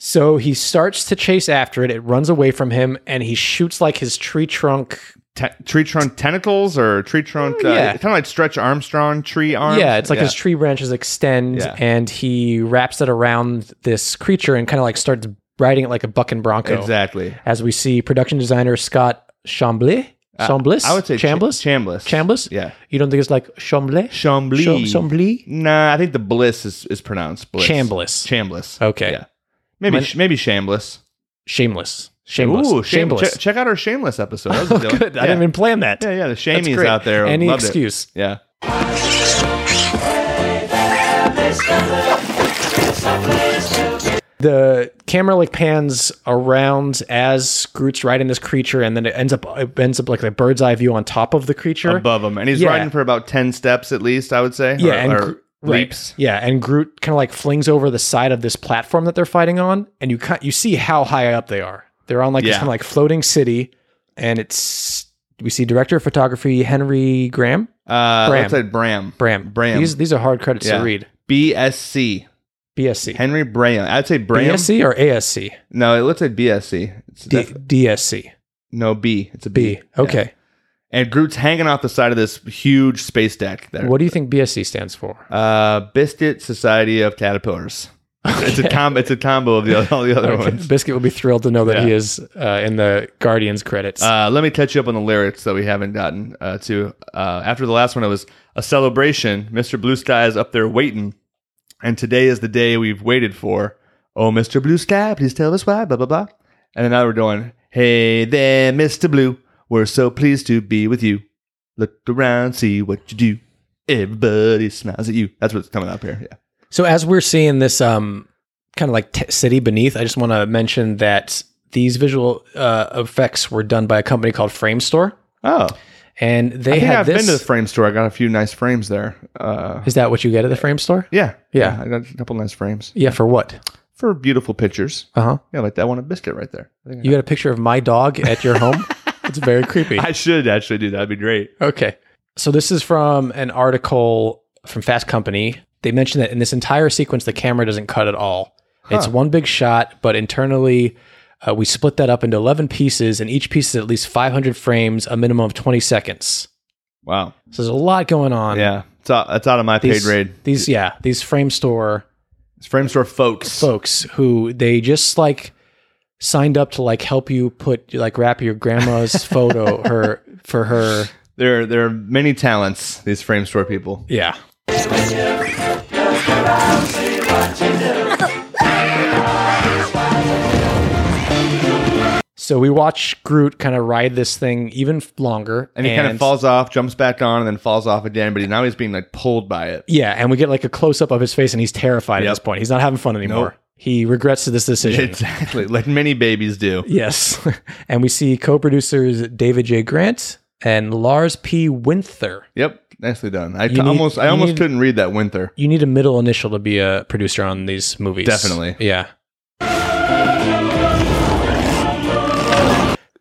So he starts to chase after it. It runs away from him, and he shoots like his tree trunk. Te- tree trunk tentacles or tree trunk? Uh, Oh, yeah. kind of like Stretch Armstrong tree arms. Yeah, it's like his tree branches extend, Yeah. and he wraps it around this creature and kind of like starts riding it like a buck and bronco. Exactly. As we see, production designer Scott Chamblay. Chambliss? I would say cha- Chambliss. Chambliss. Chambliss? Yeah. You don't think it's like Chamblay? Chambly. Cham- Chambly? Nah, I think the bliss is, is pronounced bliss. Chambliss. Chambliss. Okay. Yeah. Maybe sh- maybe shameless. Shameless. Shameless. Ooh, shame- Shameless. Oh, che- check out our shameless episode. That was a good. Good. Yeah. I didn't even plan that. yeah, yeah, the That's shamies great. out there. Any loved it. excuse. Yeah. The camera like pans around as Groot's riding this creature, and then it ends up it ends up like a bird's eye view on top of the creature. Above him. And he's Yeah. riding for about 10 steps at least, I would say. yeah, Or- and or Gro- right. leaps. Yeah, and Groot kind of like flings over the side of this platform that they're fighting on, and you ca- you see how high up they are. They're on like this Yeah. kind of like floating city, and it's we see director of photography Henry Graham. Uh, Bram. Let's say Bram. Bram. Bram. These these are hard credits Yeah. to read. BSC. BSC. Henry Bram. I'd say Bram. BSC or ASC? No, let's say BSC. It's D- def- DSC. no, B. It's a B. B. Okay. And Groot's hanging off the side of this huge space deck there. What do you think BSC stands for? Uh, Biscuit Society of Caterpillars. It's a com- It's a combo of the, all the other Okay. ones. Biscuit will be thrilled to know that Yeah. he is uh, in the Guardians credits. Uh, let me catch you up on the lyrics that we haven't gotten uh, to. Uh, after the last one, it was a celebration. Mr. Blue Sky is up there waiting, and today is the day we've waited for. Oh, Mr. Blue Sky, please tell us why. Blah blah blah. And then now we're going. Hey there, Mr. Blue. We're so pleased to be with you. Look around, see what you do. Everybody smiles at you. That's what's coming up here. Yeah. so as we're seeing this um, kind of like t- city beneath, I just want to mention that these visual uh, effects were done by a company called Frame Store, Oh, and they I think had I've this. been to the frame store. I got a few nice frames there. Uh, is that what you get at the Frame Store? yeah, Yeah. I got a couple nice frames Yeah. For what? for beautiful pictures. Uh huh. Yeah, like that one of biscuit right there. I, think I You got a picture of my dog at your home. it's very creepy. got- I should actually do that. That'd be great. Okay. So this is from an article from Fast Company. They mentioned that in this entire sequence, the camera doesn't cut at all. It's one big shot, but internally, uh, we split that up into 11 pieces, and each piece is at least 500 frames, a minimum of 20 seconds. Wow. So there's a lot going on. Yeah, it's out, that's out of my These, paid grade. These, yeah, these frame store It's frame store folks. folks who they just like signed up to like help you put like wrap your grandma's photo her for her There, there are many talents. These frame store people. yeah So we watch Groot kind of ride this thing even f- longer, And he kind of falls off, jumps back on, and then falls off again. But he, now he's being like pulled by it. Yeah, and we get like a close up of his face, and he's terrified at Yep. this point. He's not having fun anymore. Nope. He regrets this decision. Exactly, like many babies do. Yes. and we see co producers David J. Grant and Lars P. Winther. Yep, nicely done. I need- almost, I you almost need- couldn't read that Winther. You need a middle initial to be a producer on these movies. Definitely. Yeah.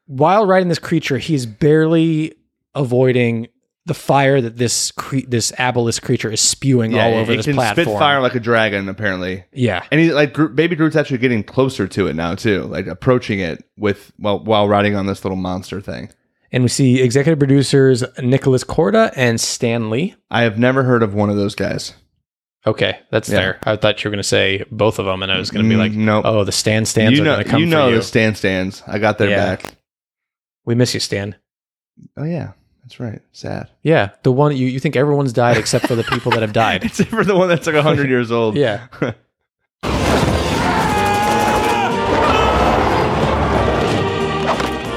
While riding this creature, he is barely avoiding the fire that this cre- this abelisk creature is spewing all over it this can platform. spit fire like a dragon, apparently. yeah. And he like Groot, baby Groot's actually getting closer to it now too, like approaching it with while while riding on this little monster thing. And we see executive producers Nicholas Corda and Stan Lee. I have never heard of one of those guys. Okay, that's Yeah. fair. I thought you were going to say both of them, and I was going to be Mm, like, nope. oh, the Stan Stans you are know, going to come you for know you. the Stan stands. I got their Yeah. back. we miss you, Stan. Oh yeah, that's right. Sad. Yeah, the one you, you think everyone's died except for the people that have died. Except for the one that's like hundred years old. Yeah.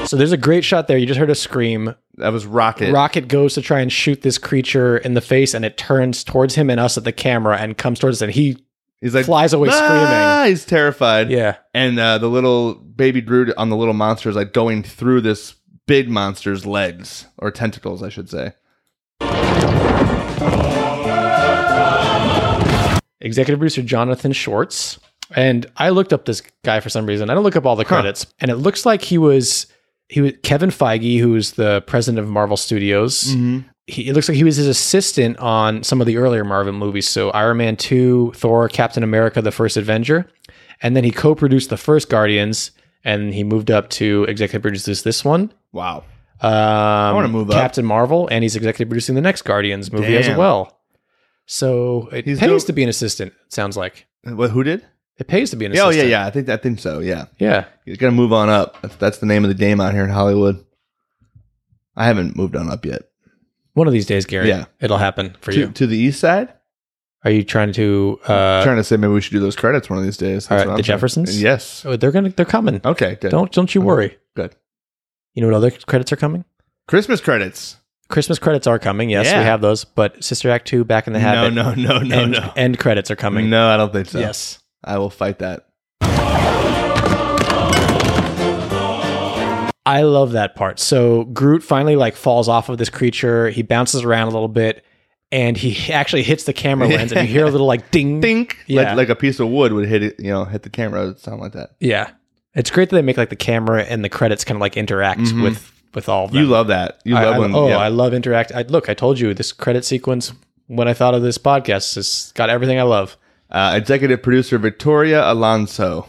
So there's a great shot there. You just heard a scream. that was Rocket. Rocket goes to try and shoot this creature in the face, and it turns towards him and us at the camera and comes towards us, and he, He's like flies away "Ah!" He's terrified. yeah. And uh, the little baby Groot on the little monster is like going through this big monster's legs or tentacles, I should say. executive producer Jonathan Schwartz. And I looked up this guy for some reason. I don't look up all the credits, and it looks like he was he was Kevin Feige, who's the president of Marvel Studios. He, it looks like he was his assistant on some of the earlier Marvel movies, so Iron Man two, Thor, Captain America: The First Avenger, and then he co-produced the first Guardians, and he moved up to executive produce this one. Wow. Um, I wanna move up. Captain Marvel, and he's executive producing the next Guardians movie as Damn. well. So it He's pays dope. to be an assistant. It sounds like. What, who did? It pays to be an Yeah, oh assistant. yeah, yeah. I think I think so. Yeah. yeah. You gotta move on up. That's, that's the name of the game out here in Hollywood. I haven't moved on up yet. One of these days, Gary. Yeah. it'll happen for To, you. to the east side? Are you trying to? Uh, trying to say maybe we should do those credits one of these days. All right, what the Jeffersons? Yes. oh, they're gonna. They're coming. Okay, good. Don't don't you worry. Good. You know what other credits are coming? Christmas credits. Christmas credits are coming. Yes, Yeah. we have those. But Sister Act two, Back in the Habit. No, no, no, no, end, no. End credits are coming. No, I don't think so. Yes. I will fight that. I love that part. So Groot finally like falls off of this creature. He bounces around a little bit, and he actually hits the camera lens, and you hear a little like ding Think Yeah. like, like a piece of wood would hit it, you know, hit the camera, it would sound like that. Yeah, it's great that they make like the camera and the credits kind of like interact Mhm. with with all of them. You love that. You I- love I- when oh, yeah. I love interact. I, look, I told you this credit sequence when I thought of this podcast has got everything I love. uh, executive producer Victoria Alonso.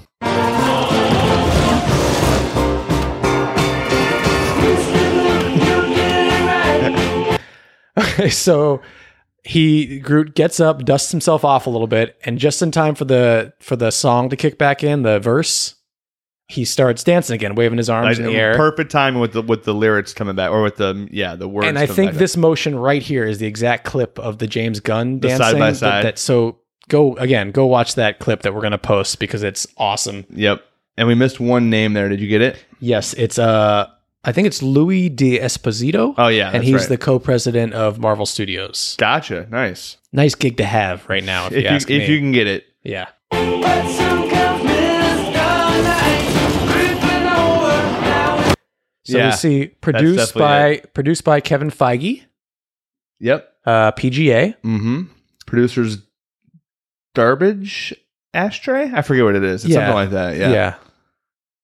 so he Groot gets up, dusts himself off a little bit, and just in time for the for the song to kick back in the verse, he starts dancing again, waving his arms in the air. Perfect timing with the with the lyrics coming back, or with the yeah the words. and I coming think back up. this motion right here is the exact clip of the James Gunn The dancing. side-by-side. That, that- so go again, go watch that clip that we're gonna post because it's awesome. Yep. And we missed one name there. Did you get it? Yes, it's uh I think it's Louis de Esposito. Oh, yeah, and that's he's right. the co-president of Marvel Studios. Gotcha. Nice. Nice gig to have right now, if, If you you, ask me. if you can get it. yeah. So Yeah, we see produced definitely by produced by Kevin Feige, Yep. uh, PGA. Mm-hmm. Producers Garbage Ashtray? I forget what it is. It's Yeah. something like that. Yeah.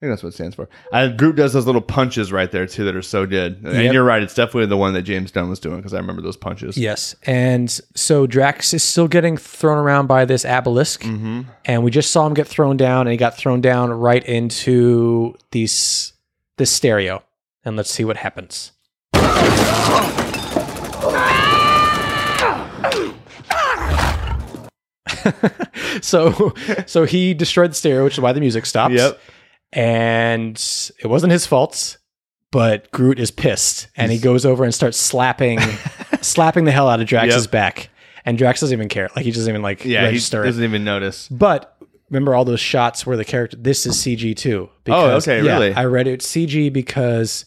I think that's what it stands for. Uh, Group does those little punches right there too that are so good. Yep. And you're right, it's definitely the one that James Gunn was doing because I remember those punches. Yes. And so Drax is still getting thrown around by this obelisk, Mm-hmm. and we just saw him get thrown down, and he got thrown down right into these this stereo. And let's see what happens. so so he destroyed the stereo, which is why the music stops. Yep. and it wasn't his fault. But Groot is pissed, and he goes over and starts slapping, slapping the hell out of Drax's Yep. back. and Drax doesn't even care. Like he doesn't even like Yeah, he register. it. doesn't even notice. But remember all those shots where the character this is CG too. Oh, okay, really? I read it CG because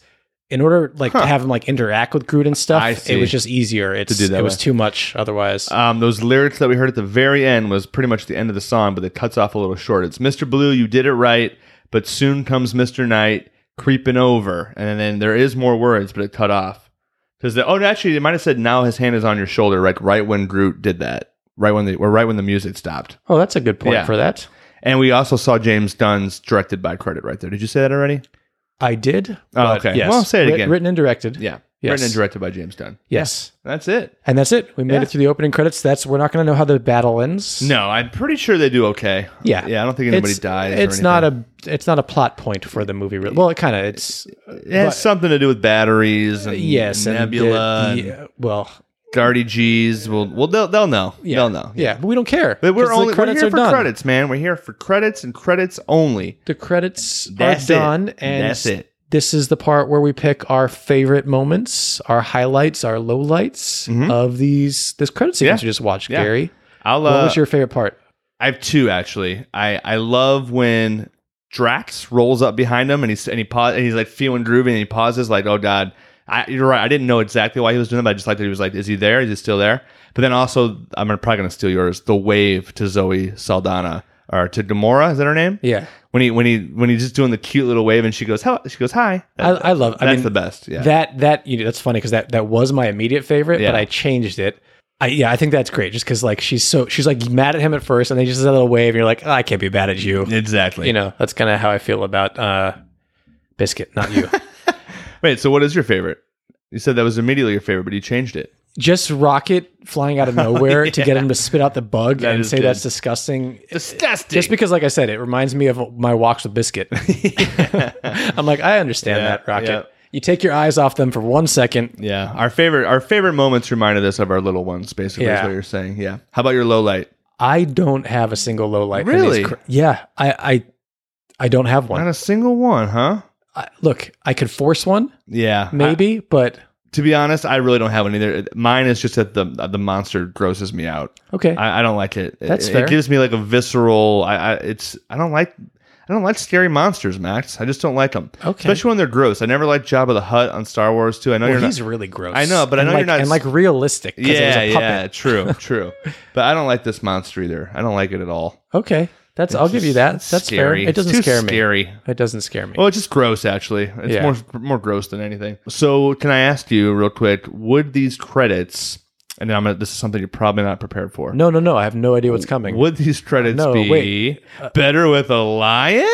in order like to have him like interact with Groot and stuff, I it see. was just easier. It's, do that it was way. too much otherwise. Um, those lyrics that we heard at the very end was pretty much the end of the song, but it cuts off a little short. It's Mr. Blue, you did it right, but soon comes Mr. Knight creeping over, and then there is more words, but it cut off because the oh, no, actually, it might have said now his hand is on your shoulder, right? Right when Groot did that, right when the or right when the music stopped, oh, that's a good point yeah. for that. and we also saw James Dunn's directed by credit right there. Did you say that already? I did. Oh, but okay. Yes. Well, say it Writ- again. Written and directed. Yeah, Yes. written and directed by James Dunn. Yes. That's it. And that's it. We made Yeah. it through the opening credits. That's we're not going to know how the battle ends. No, I'm pretty sure they do okay. Yeah. yeah. I don't think anybody it's, dies. It's or not anything. a it's not a plot point for the movie. Really. Well, it kind of it's It has something to do with batteries and yes and the- Nebula and, the- well Guardy G's. Well, well, they'll they'll know. yeah, They'll know. yeah but we don't care But we're 'cause the only we're credits here are for done. credits, man. We're here for credits and credits only. the credits That's are it. done and That's it. this is the part where we pick our favorite moments our highlights our lowlights of these this credit Mm-hmm. sequence Yeah. you just watched Yeah. Gary I'll. what Uh, was your favorite part I have two actually. I I love when Drax rolls up behind him and he's and he pause and he's like feeling groovy and he pauses like, oh god. I, you're right. I didn't know exactly why he was doing that, but I just liked that he was like, "Is he there? Is he still there?" But then also, I'm gonna- probably going to steal yours. The wave to Zoe Saldana or to Gamora is that her name? yeah when he when he when he's just doing the cute little wave and she goes hello she goes hi I, I love I uh, that's mean, the best yeah that that you know, that's funny because that that was my immediate favorite Yeah. but I changed it I, yeah, I think that's great. Just because like she's so she's like mad at him at first, and then just does that little wave, and you're like, "Oh, I can't be mad at you. exactly you know that's kind of how i feel about uh biscuit not you wait so what is your favorite you said that was immediately your favorite but you changed it just rocket flying out of nowhere to get him to spit out the bug That and is say good. that's disgusting disgusting just because like i said it reminds me of my walks with biscuit i'm like i understand Yeah, that rocket yeah. you take your eyes off them for one second yeah our favorite our favorite moments reminded us of our little ones basically is Yeah. what you're saying yeah how about your low light i don't have a single low light in these Really? cr- yeah i i i don't have not one a single one huh I, look i could force one yeah maybe but I- to be honest I really don't have one either mine is just that the the monster grosses me out okay I, I don't like it. It- That's it, fair. gives me like a visceral. I, I it's I don't like I don't like scary monsters, Max. I just don't like them. Okay. Especially when they're gross. I never liked Jabba the Hutt on Star Wars too. I know well, you're he's not. really gross I know, but I and know like, you're not and s- like realistic 'cause it was Yeah, a puppet. yeah, true, true. But I don't like this monster either. I don't like it at all. Okay, that's I'll give you that. That's scary. fair. It doesn't it's too scare me. Scary. It doesn't scare me. Well, it's just gross. Actually, it's Yeah. more more gross than anything. So, can I ask you real quick? Would these credits? And I'm gonna, this is something you're probably not prepared for. no, no, no. I have no idea what's coming. Would these credits No, be wait. better with a lion?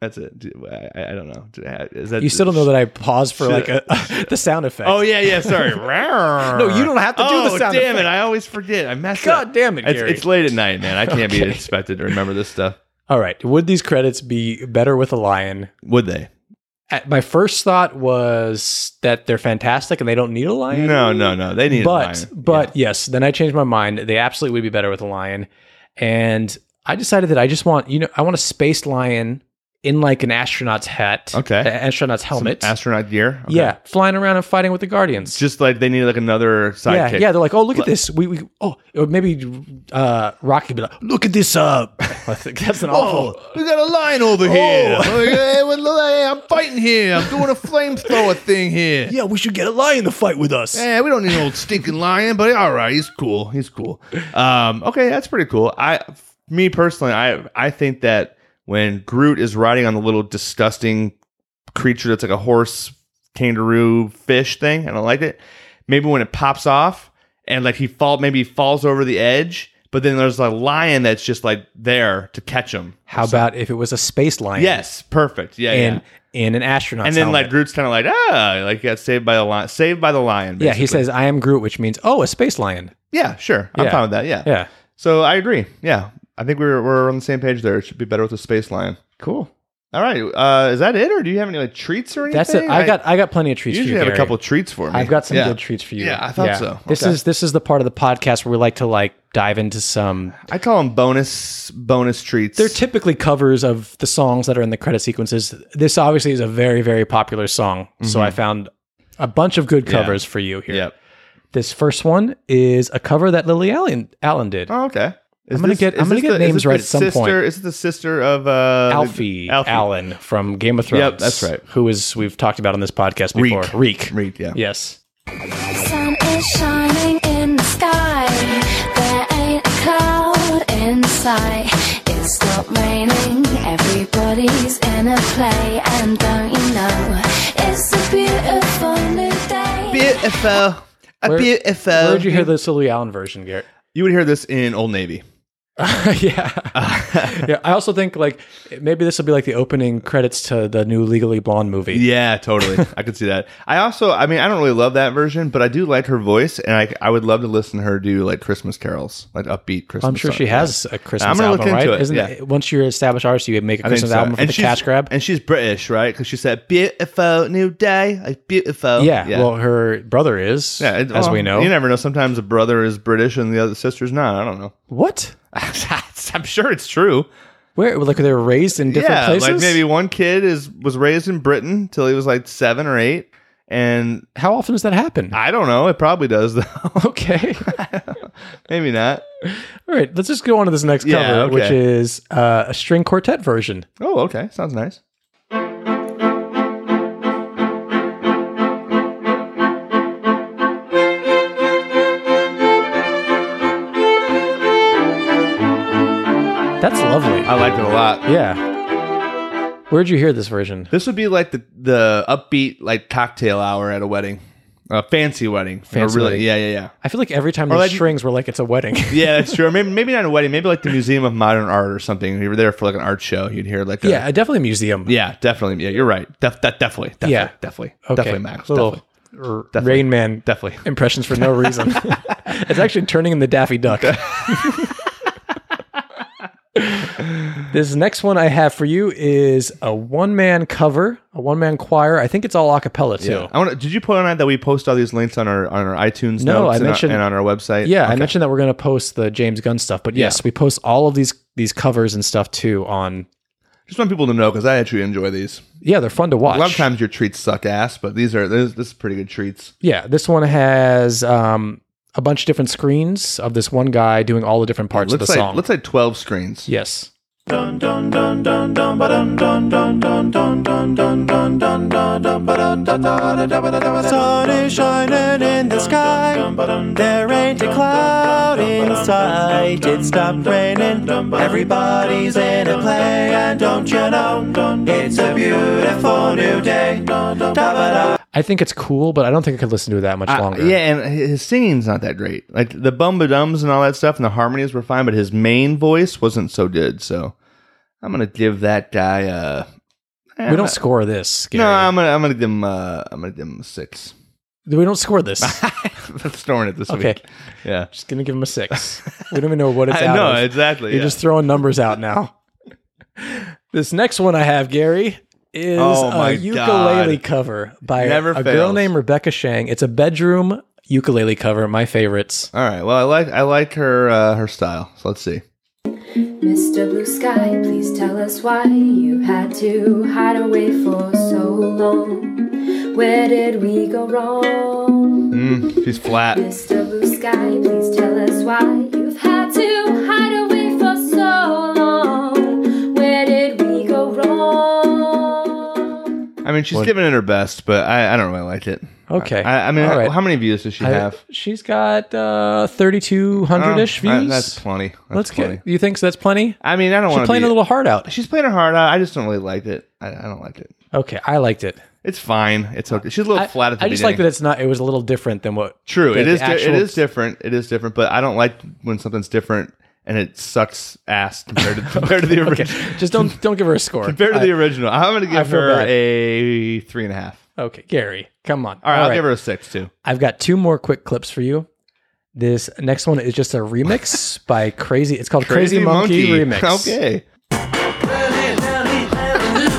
That's it. Do- I, I- I don't know. Do- Is that you still don't know that I paused for like a, the sound effect. Oh yeah, yeah. Sorry. no, you don't have to do the sound damn it! effect. I always forget. I messed up. God damn it, It's, Gary. it's late at night, man. I can't be Okay. expected to remember this stuff. All right. Would these credits be better with a lion? Would they? Uh, my first thought was that they're fantastic and they don't need a lion. No, no, no. They need But a lion. but yes, then I changed my mind. They absolutely would be better with a lion, and I decided that I just want you know I want a space lion in like an astronaut's hat. Okay. an astronaut's Some helmet. astronaut gear. Okay. Yeah, flying around and fighting with the guardians. Just like they need like another yeah, sidekick. yeah. They're like, oh, look at this. We, we oh, or maybe uh, Rocky would be like, look at this. Uh, I think that's Oh, an awful. we got a line over Oh. here. Oh, Hey, what- hey, I'm fighting here. I'm doing a flamethrower thing here. Yeah, we should get a lion to fight with us. Yeah, we don't need an old stinking lion, but all right, he's cool. He's cool. Um, okay, that's pretty cool. I, me personally, I I think that when Groot is riding on the little disgusting creature that's like a horse, kangaroo, fish thing, I don't like it. Maybe when it pops off and like he fall, maybe he falls over the edge, but then there's a lion that's just like there to catch him. How about if it was a space lion? Yes, perfect. Yeah, in yeah. in an astronaut. And then like Groot's kind of like ah, like got saved by the lion. Saved by the lion. yeah, he basically. says, "I am Groot," which means, "Oh, a space lion." Yeah, sure. I'm Yeah. fine with that. Yeah. Yeah, So I agree. Yeah. I think we're, we're on the same page there. It should be better with a space lion. cool. All right. Uh, is that it? Or do you have any like, treats or anything? That's it. I got I got plenty of treats. You for usually you, have a Gary. couple of treats for me. I've got some Yeah. good treats for you. Yeah, I thought so. This Okay. is this is the part of the podcast where we like to like dive into some I call them bonus bonus treats. They're typically covers of the songs that are in the credit sequences. This obviously is a very, very popular song. So I found a bunch of good covers for you here. Mm-hmm. Yep. This first one is a cover that Lily Allen Allen did. Oh, okay. Is I'm gonna get- is I'm this gonna get the- is names this right the at some sister, point. Is it the sister of uh, Alfie, Allen from Game of Thrones. Yep, that's right. Who is we've talked about on this podcast before? Reek. Reek. Reed, yeah. Yes. sun is shining in the sky. There ain't a cloud in sight. It's stopped raining. Everybody's in a play, and don't you know it's a beautiful new day. Beautiful. A Where- beautiful. Where did you hear this Lily Allen version, Garrett? You would hear this in Old Navy. yeah. yeah. I also think like maybe this will be like the opening credits to the new Legally Blonde movie. Yeah, totally. I could see that. I also, I mean, I don't really love that version, but I do like her voice, and I, I would love to listen to her do like Christmas carols, like upbeat Christmas. I'm sure she songs. has a Christmas I'm gonna album, look right? into it, Isn't yeah. it once you're established artist, you make a I think Christmas so. album for the she's- cash grab? And she's British, right? Because she said "beautiful new day," like beautiful. yeah, Well, her brother is, Yeah, it- as well, we know. you never know. Sometimes a brother is British and the other sister's not. I don't know. what? I'm sure it's true. Where? Like they were raised in different yeah, places. like maybe one kid is was raised in Britain till he was like seven or eight, and How often does that happen? I don't know. It probably does though. okay. Maybe not. All right. Let's just go on to this next Yeah, cover, okay. which is uh, a string quartet version. Oh, okay. Sounds nice. That's lovely. I liked it a lot. yeah. Where'd you hear this version? This would be like the the upbeat like cocktail hour at a wedding, a fancy wedding. Like a Fancy really, wedding. Yeah, yeah, yeah. I feel like every time Or these like- strings were like it's a wedding. Yeah, that's true. Or maybe maybe not a wedding. Maybe like the Museum of Modern Art or something. You were there for like an art show. You'd hear like a, yeah, definitely a museum. yeah, definitely. Yeah, you're right. Def, that definitely, definitely, Yeah. definitely, Okay. definitely, Max. Little r- Rain Man Definitely, definitely. impressions for no reason. it's actually turning into Daffy Duck. this next one I have for you is a one man cover, a one man choir. I think it's all a cappella too. I want. to Did you point out that we post all these links on our on our iTunes? No, notes I and, our- mentioned- and on our website. Yeah, I Okay. mentioned that we're going to post the James Gunn stuff, but yes, Yeah. we post all of these these covers and stuff too on Just want people to know because I actually enjoy these. Yeah, they're fun to watch. A lot of times your treats suck ass, but these are this, this is pretty good treats. Yeah, this one has um a bunch of different screens of this one guy doing all the different parts Let's of the say song. let's say twelve screens. yes. Sun is shining in the sky. There ain't a cloud in sight. It stopped raining. Everybody's in a play. And don't you know, it's a beautiful new day. Da-ba-da. I think it's cool, but I don't think I could listen to it that much Uh, longer. yeah, and hi- his singing's not that great. Like the bumba dums and all that stuff, and the harmonies were fine, but his main voice wasn't so good. So I'm gonna give that guy uh we don't score this. Gary. No, I'm gonna I'm gonna give him uh I'm gonna give him a six. we don't score this. I'm snoring it this Okay, week. Yeah. just gonna give him a six. we don't even know what it's I out know, of. exactly. You're yeah. just throwing numbers out now. this next one I have, Gary, is Oh my a ukulele God. cover by Never a girl fails. named Rebecca Shang. It's a bedroom ukulele cover, my favorites. all right. Well I like I like her uh her style. So let's see. Mr. Blue Sky, please tell us why you had to hide away for so long. Where did we go wrong? Mm, she's flat. Mr. Blue Sky, please tell us why you've had to hide away for so long. Where did we go wrong? I mean she's giving it her best, but I, I don't really like it. Okay. Uh, I, I mean All how, right. how many views does she I- have? she's got uh, 3,200 ish Oh, I- views. that's plenty. That's Let's plenty. get. You think that's plenty? I mean, I don't want She's to playing be, a little hard out. She's playing her heart out. I just don't really like it. I, I don't like it. Okay, I liked it. It's fine. It's okay. She's a little I, flat at the I beginning. just like that it's not. It was a little different than what. True. the- It the is. di- actual- it is different. It is different. But I don't like when something's different and it sucks ass compared to compared to the original. Just don't don't give her a score. Compared to the original, I'm going to give feel her bad. a three and a half. okay, Gary, come on. All right, I'll give her a six too. I've got two more quick clips for you. This next one is just a remix by Crazy. It's called Crazy, Monkey, Remix. Okay. Lily, Lily, Lily,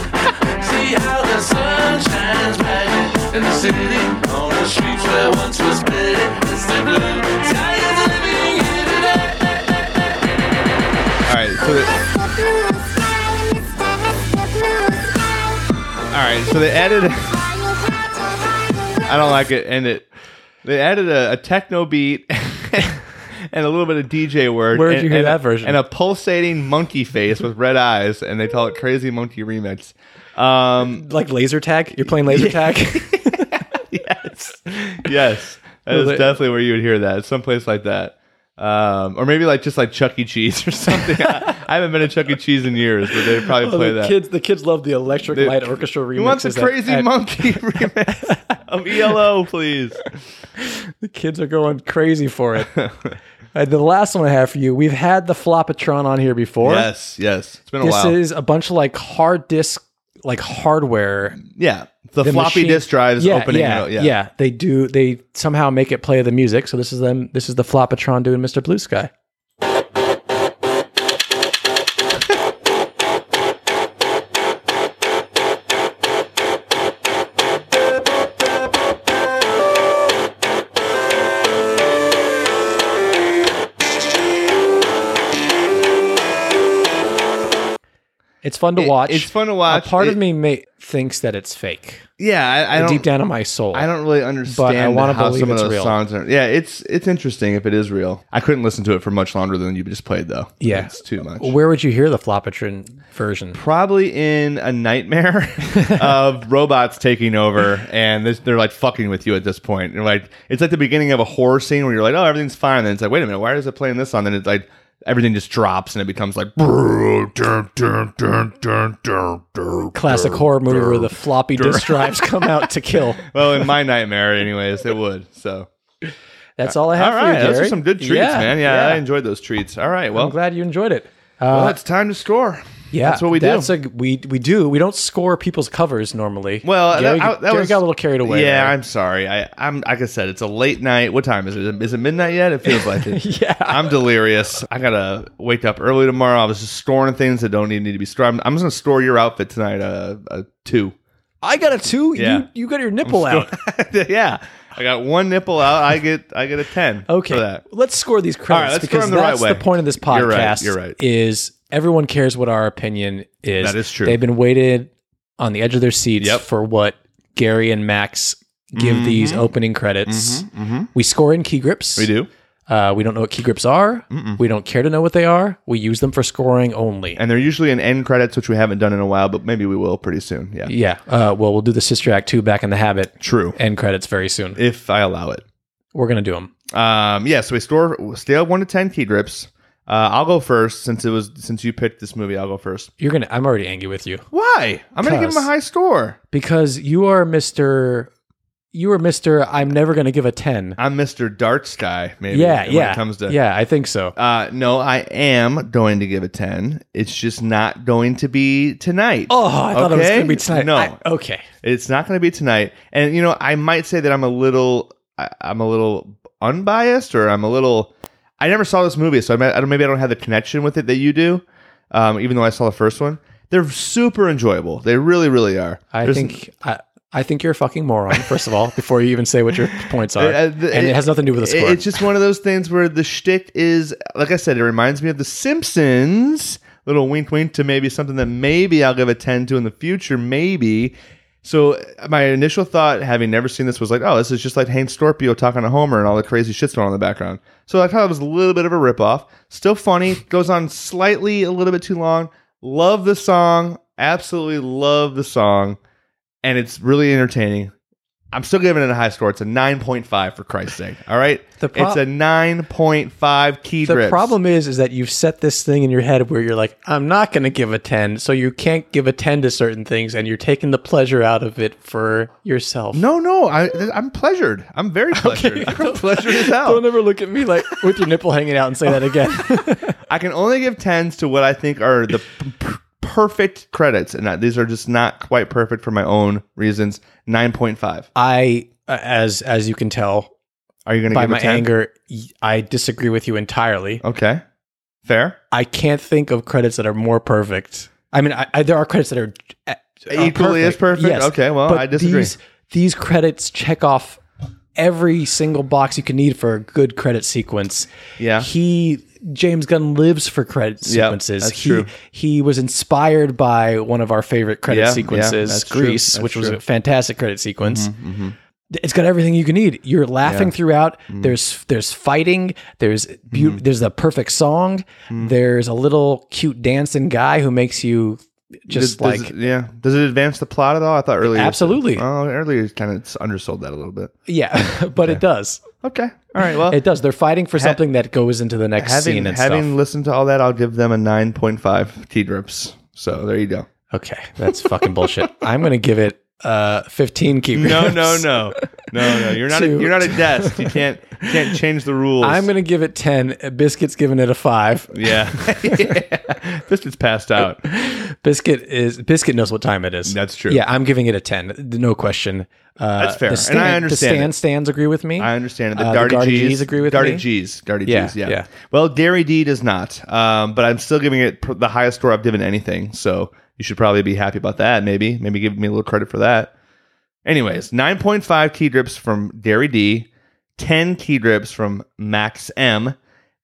See how the sun shines bright in the city on the streets where once was pretty. It's the blue sky is living here today. All right. So the, all right. So they added. I don't like it, and it They added a, a techno beat and a little bit of DJ word. Where'd and- you hear and that a- version? And a pulsating monkey face with red eyes, and they call it Crazy Monkey Remix. Um, Like laser tag? You're playing laser tag? yes, yes, that is they- definitely where you would hear that. Someplace like that, um, or maybe like just like Chuck E. Cheese or something. I, I haven't been to Chuck E. Cheese in years, but they probably play Oh, the that. kids the kids love the electric They- light orchestra remixes. you want the at- Crazy at- Monkey Remix of ELO, please? The kids are going crazy for it. Uh, the last one I have for you, we've had the Flopatron on here before. Yes, yes. It's been a This while. is a bunch of like hard disk, like hardware. yeah, the, The floppy machine- disk drives yeah, opening. Yeah, it yeah, up. They do. They somehow make it play the music. So this is them. This is the Flopatron doing Mr. Blue Sky. It's fun to It- watch. it's fun to watch. A part of It- me may, thinks that it's fake. Yeah, I, I don't. deep down in my soul. I don't really understand wanna how believe some of it's those real. songs are. Yeah, it's it's interesting if it is real. I couldn't listen to it for much longer than you just played though. Yeah. it's too much. Where would you hear the Flopatron version? Probably in a nightmare of robots taking over, and this, they're like fucking with you at this point. You're like, it's like the beginning of a horror scene where you're like, oh, everything's fine. then it's like, wait a minute, why is it playing this song? Then it's like everything just drops, and it becomes like, "Brrr, dun, dun, dun, dun, dun, dun." Classic horror movie where the floppy disk drives come out to kill. well, in my nightmare, anyways, it would. So. That's all I All have for you, right, those are Gary. some good treats, Yeah, man. Yeah, I yeah. enjoyed those treats. All right, I'm well, glad you enjoyed it. Uh, well, it's time to score. yeah, that's what we do. that's A, we we do. We don't score people's covers normally. well, Gary, that, I, that Gary was got a little carried away. Yeah, there. I'm sorry. I, I'm like I said, it's a late night. What time is it? Is it midnight yet? It feels like it. Yeah. I'm delirious. I gotta wake up early tomorrow. I was just storing things that don't even need to be stored. I'm, I'm just gonna store your outfit tonight. Uh, a two. I got a two. Yeah. You you got your nipple out. yeah, I got one nipple out. I get I get a ten. Okay, for that. let's score these credits All right, let's score because them the right that's way. the point of this podcast. You're right, you're right. Is everyone cares what our opinion is? That is true. They've been waited on the edge of their seats Yep. Mm-hmm. for what Gary and Max give these opening credits. mhm. We score in key grips. We do, Uh, we don't know what key grips are. We don't care to know what they are. We use them for scoring only. and they're usually in end credits, which we haven't done in a while, but maybe we will pretty soon. Yeah, yeah. Uh, well, we'll do the Sister Act 2 back in the habit true. end credits very soon. If I allow it. We're going to do them. Um, yeah, so we score scale one to ten key grips. Uh, I'll go first since it was since you picked this movie. I'll go first. You're going to, I'm already angry with you Why? I'm gonna give him a Cause- high score. because you are Mr. You are Mr. I'm never going to give a 10. I'm Mr. Dark Sky. Maybe. yeah. When Yeah. It comes to yeah. I think so. Uh, no, I am going to give a ten. It's just not going to be tonight. Oh, I thought it was Okay? going to be tonight. No. I- okay. It's not going to be tonight. And you know, I might say that I'm a little, I, I'm a little unbiased, or I'm a little. I never saw this movie, so I, might- I don't, maybe I don't have the connection with it that you do. Um, even though I saw the first one, they're super enjoyable. They really, really are. I There's- think I, I think you're a fucking moron. First of all, before you even say what your points are, Uh, the- and it, has nothing to do with the it- score. It's just one of those things where the shtick is, like I said, it reminds me of The Simpsons. Little wink, wink to maybe something that maybe I'll give a ten to in the future, maybe. So uh, my initial thought, having never seen this, was like, oh, this is just like Hank Scorpio talking to Homer and all the crazy shit's going on in the background. So I thought it was a little bit of a ripoff. Still funny, goes on slightly a little bit too long. Love the song, absolutely love the song, and it's really entertaining. I'm still giving it a high score. It's a 9.5 for Christ's sake. All right, The pro- it's a 9.5 key The grips. problem is, is that you've set this thing in your head where you're like, I'm not going to give a 10. So you can't give a 10 to certain things and you're taking the pleasure out of it for yourself. No, no, I, I'm pleasured. I'm very pleasured. I'm pleasured as hell. Don't ever look at me like with your nipple hanging out and say that again. I can only give tens to what I think are the p- p- perfect credits, and that- these are just not quite perfect for my own reasons. Nine point five. I, uh, as as you can tell Are you going to by give my a 10? anger, y- I disagree with you entirely. Okay, fair. I can't think of credits that are more perfect. I mean, I, I, there are credits that are uh, are Equally as perfect? Okay, well, but I disagree. These, these credits check off every single box you can need for a good credit sequence. Yeah. he James Gunn lives for credit Yeah, sequences. that's he true. he was inspired by one of our favorite credit Yeah, yeah, sequences, that's true, Mm-hmm. Grease, that's which was true. a fantastic credit sequence. it's got everything you can need. You're laughing throughout. Mm. There's there's fighting. There's beau- Mm-hmm. there's the perfect song. There's a little cute dancing guy who makes you Does- just does like it- yeah. Does it advance the plot at all? I thought earlier. Absolutely. Oh, earlier kind of undersold that a little bit. yeah, but it does. Okay. All right. Well, It does. They're fighting for something that goes into the next having scene and having stuff. listened to all that, I'll give them a nine point five T drips. So there you go. Okay, that's fucking bullshit. I'm gonna give it uh 15 keep No, no, no, no, no. You're not. Two. A, you're not a desk. You can't. You can't change the rules. I'm gonna give it 10. Biscuit's giving it a five. Yeah. yeah. Biscuit's passed out. Biscuit is Biscuit knows what time it is. That's true. Yeah, I'm giving it a 10. No question. Uh, That's fair, the and I Stan- understand The Stan it. stands agree with me. I understand it. The Uh, Darty, Gardy G's, G's agree with Darty me. G's. Darty Yeah, G's. Yeah. yeah. Well, Gary D does not. Um, but I'm still giving it pr- the highest score I've given anything. So you should probably be happy about that. Maybe, maybe give me a little credit for that. Anyways, 9.5 key drips from Dairy D, 10 key drips from Max M.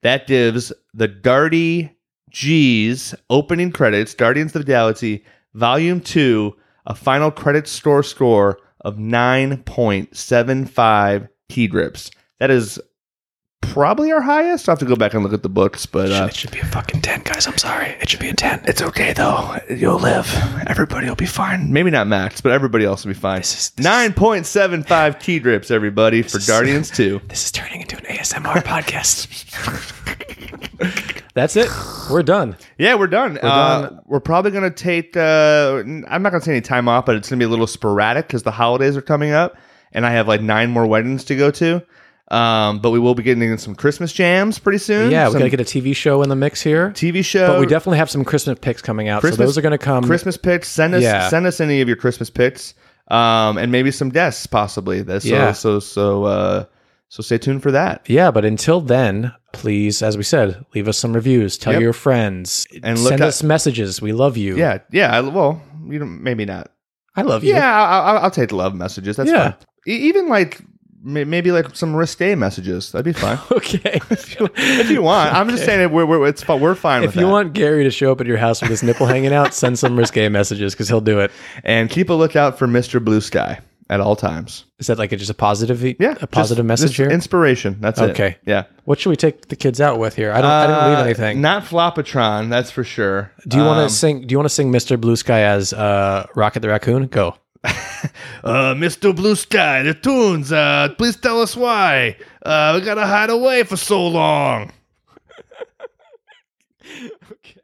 That gives the Darty G's opening credits, Guardians of the Galaxy, Volume 2, a final credit store score of 9.75 key drips. That is probably our highest. I'll have to go back and look at the books, but uh, It should be a fucking 10, guys. I'm sorry. It should be a 10. It's okay, though. You'll live. Everybody will be fine. maybe not Max, but everybody else will be fine. is- this is- 9.75 key drips, everybody, for Guardians 2. This is turning into an ASMR podcast. That's it. We're done. Yeah, we're done. We're, uh, we're probably going to take, uh, n- I'm not going to say any time off, but it's going to be a little sporadic because the holidays are coming up and I have like nine more weddings to go to. Um, but we will be getting in some Christmas jams pretty soon. Yeah, we some gotta get a TV show in the mix here. TV show. but we definitely have some Christmas picks coming out. so those are gonna come. Christmas picks. Send us Yeah. send us any of your Christmas picks, um, and maybe some guests possibly. That's so- Yeah. so so uh, so stay tuned for that. Yeah, but until then, please, as we said, leave us some reviews, tell Yep. your friends, And look send up- us messages. We love you. Yeah, yeah. I, well, you don't, maybe not. I love you. Yeah, I, I, I'll take love messages. That's Yeah. fine. E- even like may- maybe like some risque messages. That'd be fine Okay. if you want. I'm just saying it, we're we're it's fine. we're fine if with you that. want Gary to show up at your house with his nipple hanging out, send some risque messages because he'll do it. and keep a lookout for Mr. Blue Sky at all times. Is that like a, just a positive? e-, Yeah, a just- positive just message here. Inspiration. That's it. Okay. Yeah. what should we take the kids out with here? I don't. I didn't leave Uh, anything. Not Flopatron, that's for sure. do you want to Um, sing? Do you want to sing Mr. Blue Sky as uh, Rocket the Raccoon? Go. Uh, Mr. Blue Sky, the tunes. Uh, please tell us why. Uh, we gotta hide away for so long. Okay.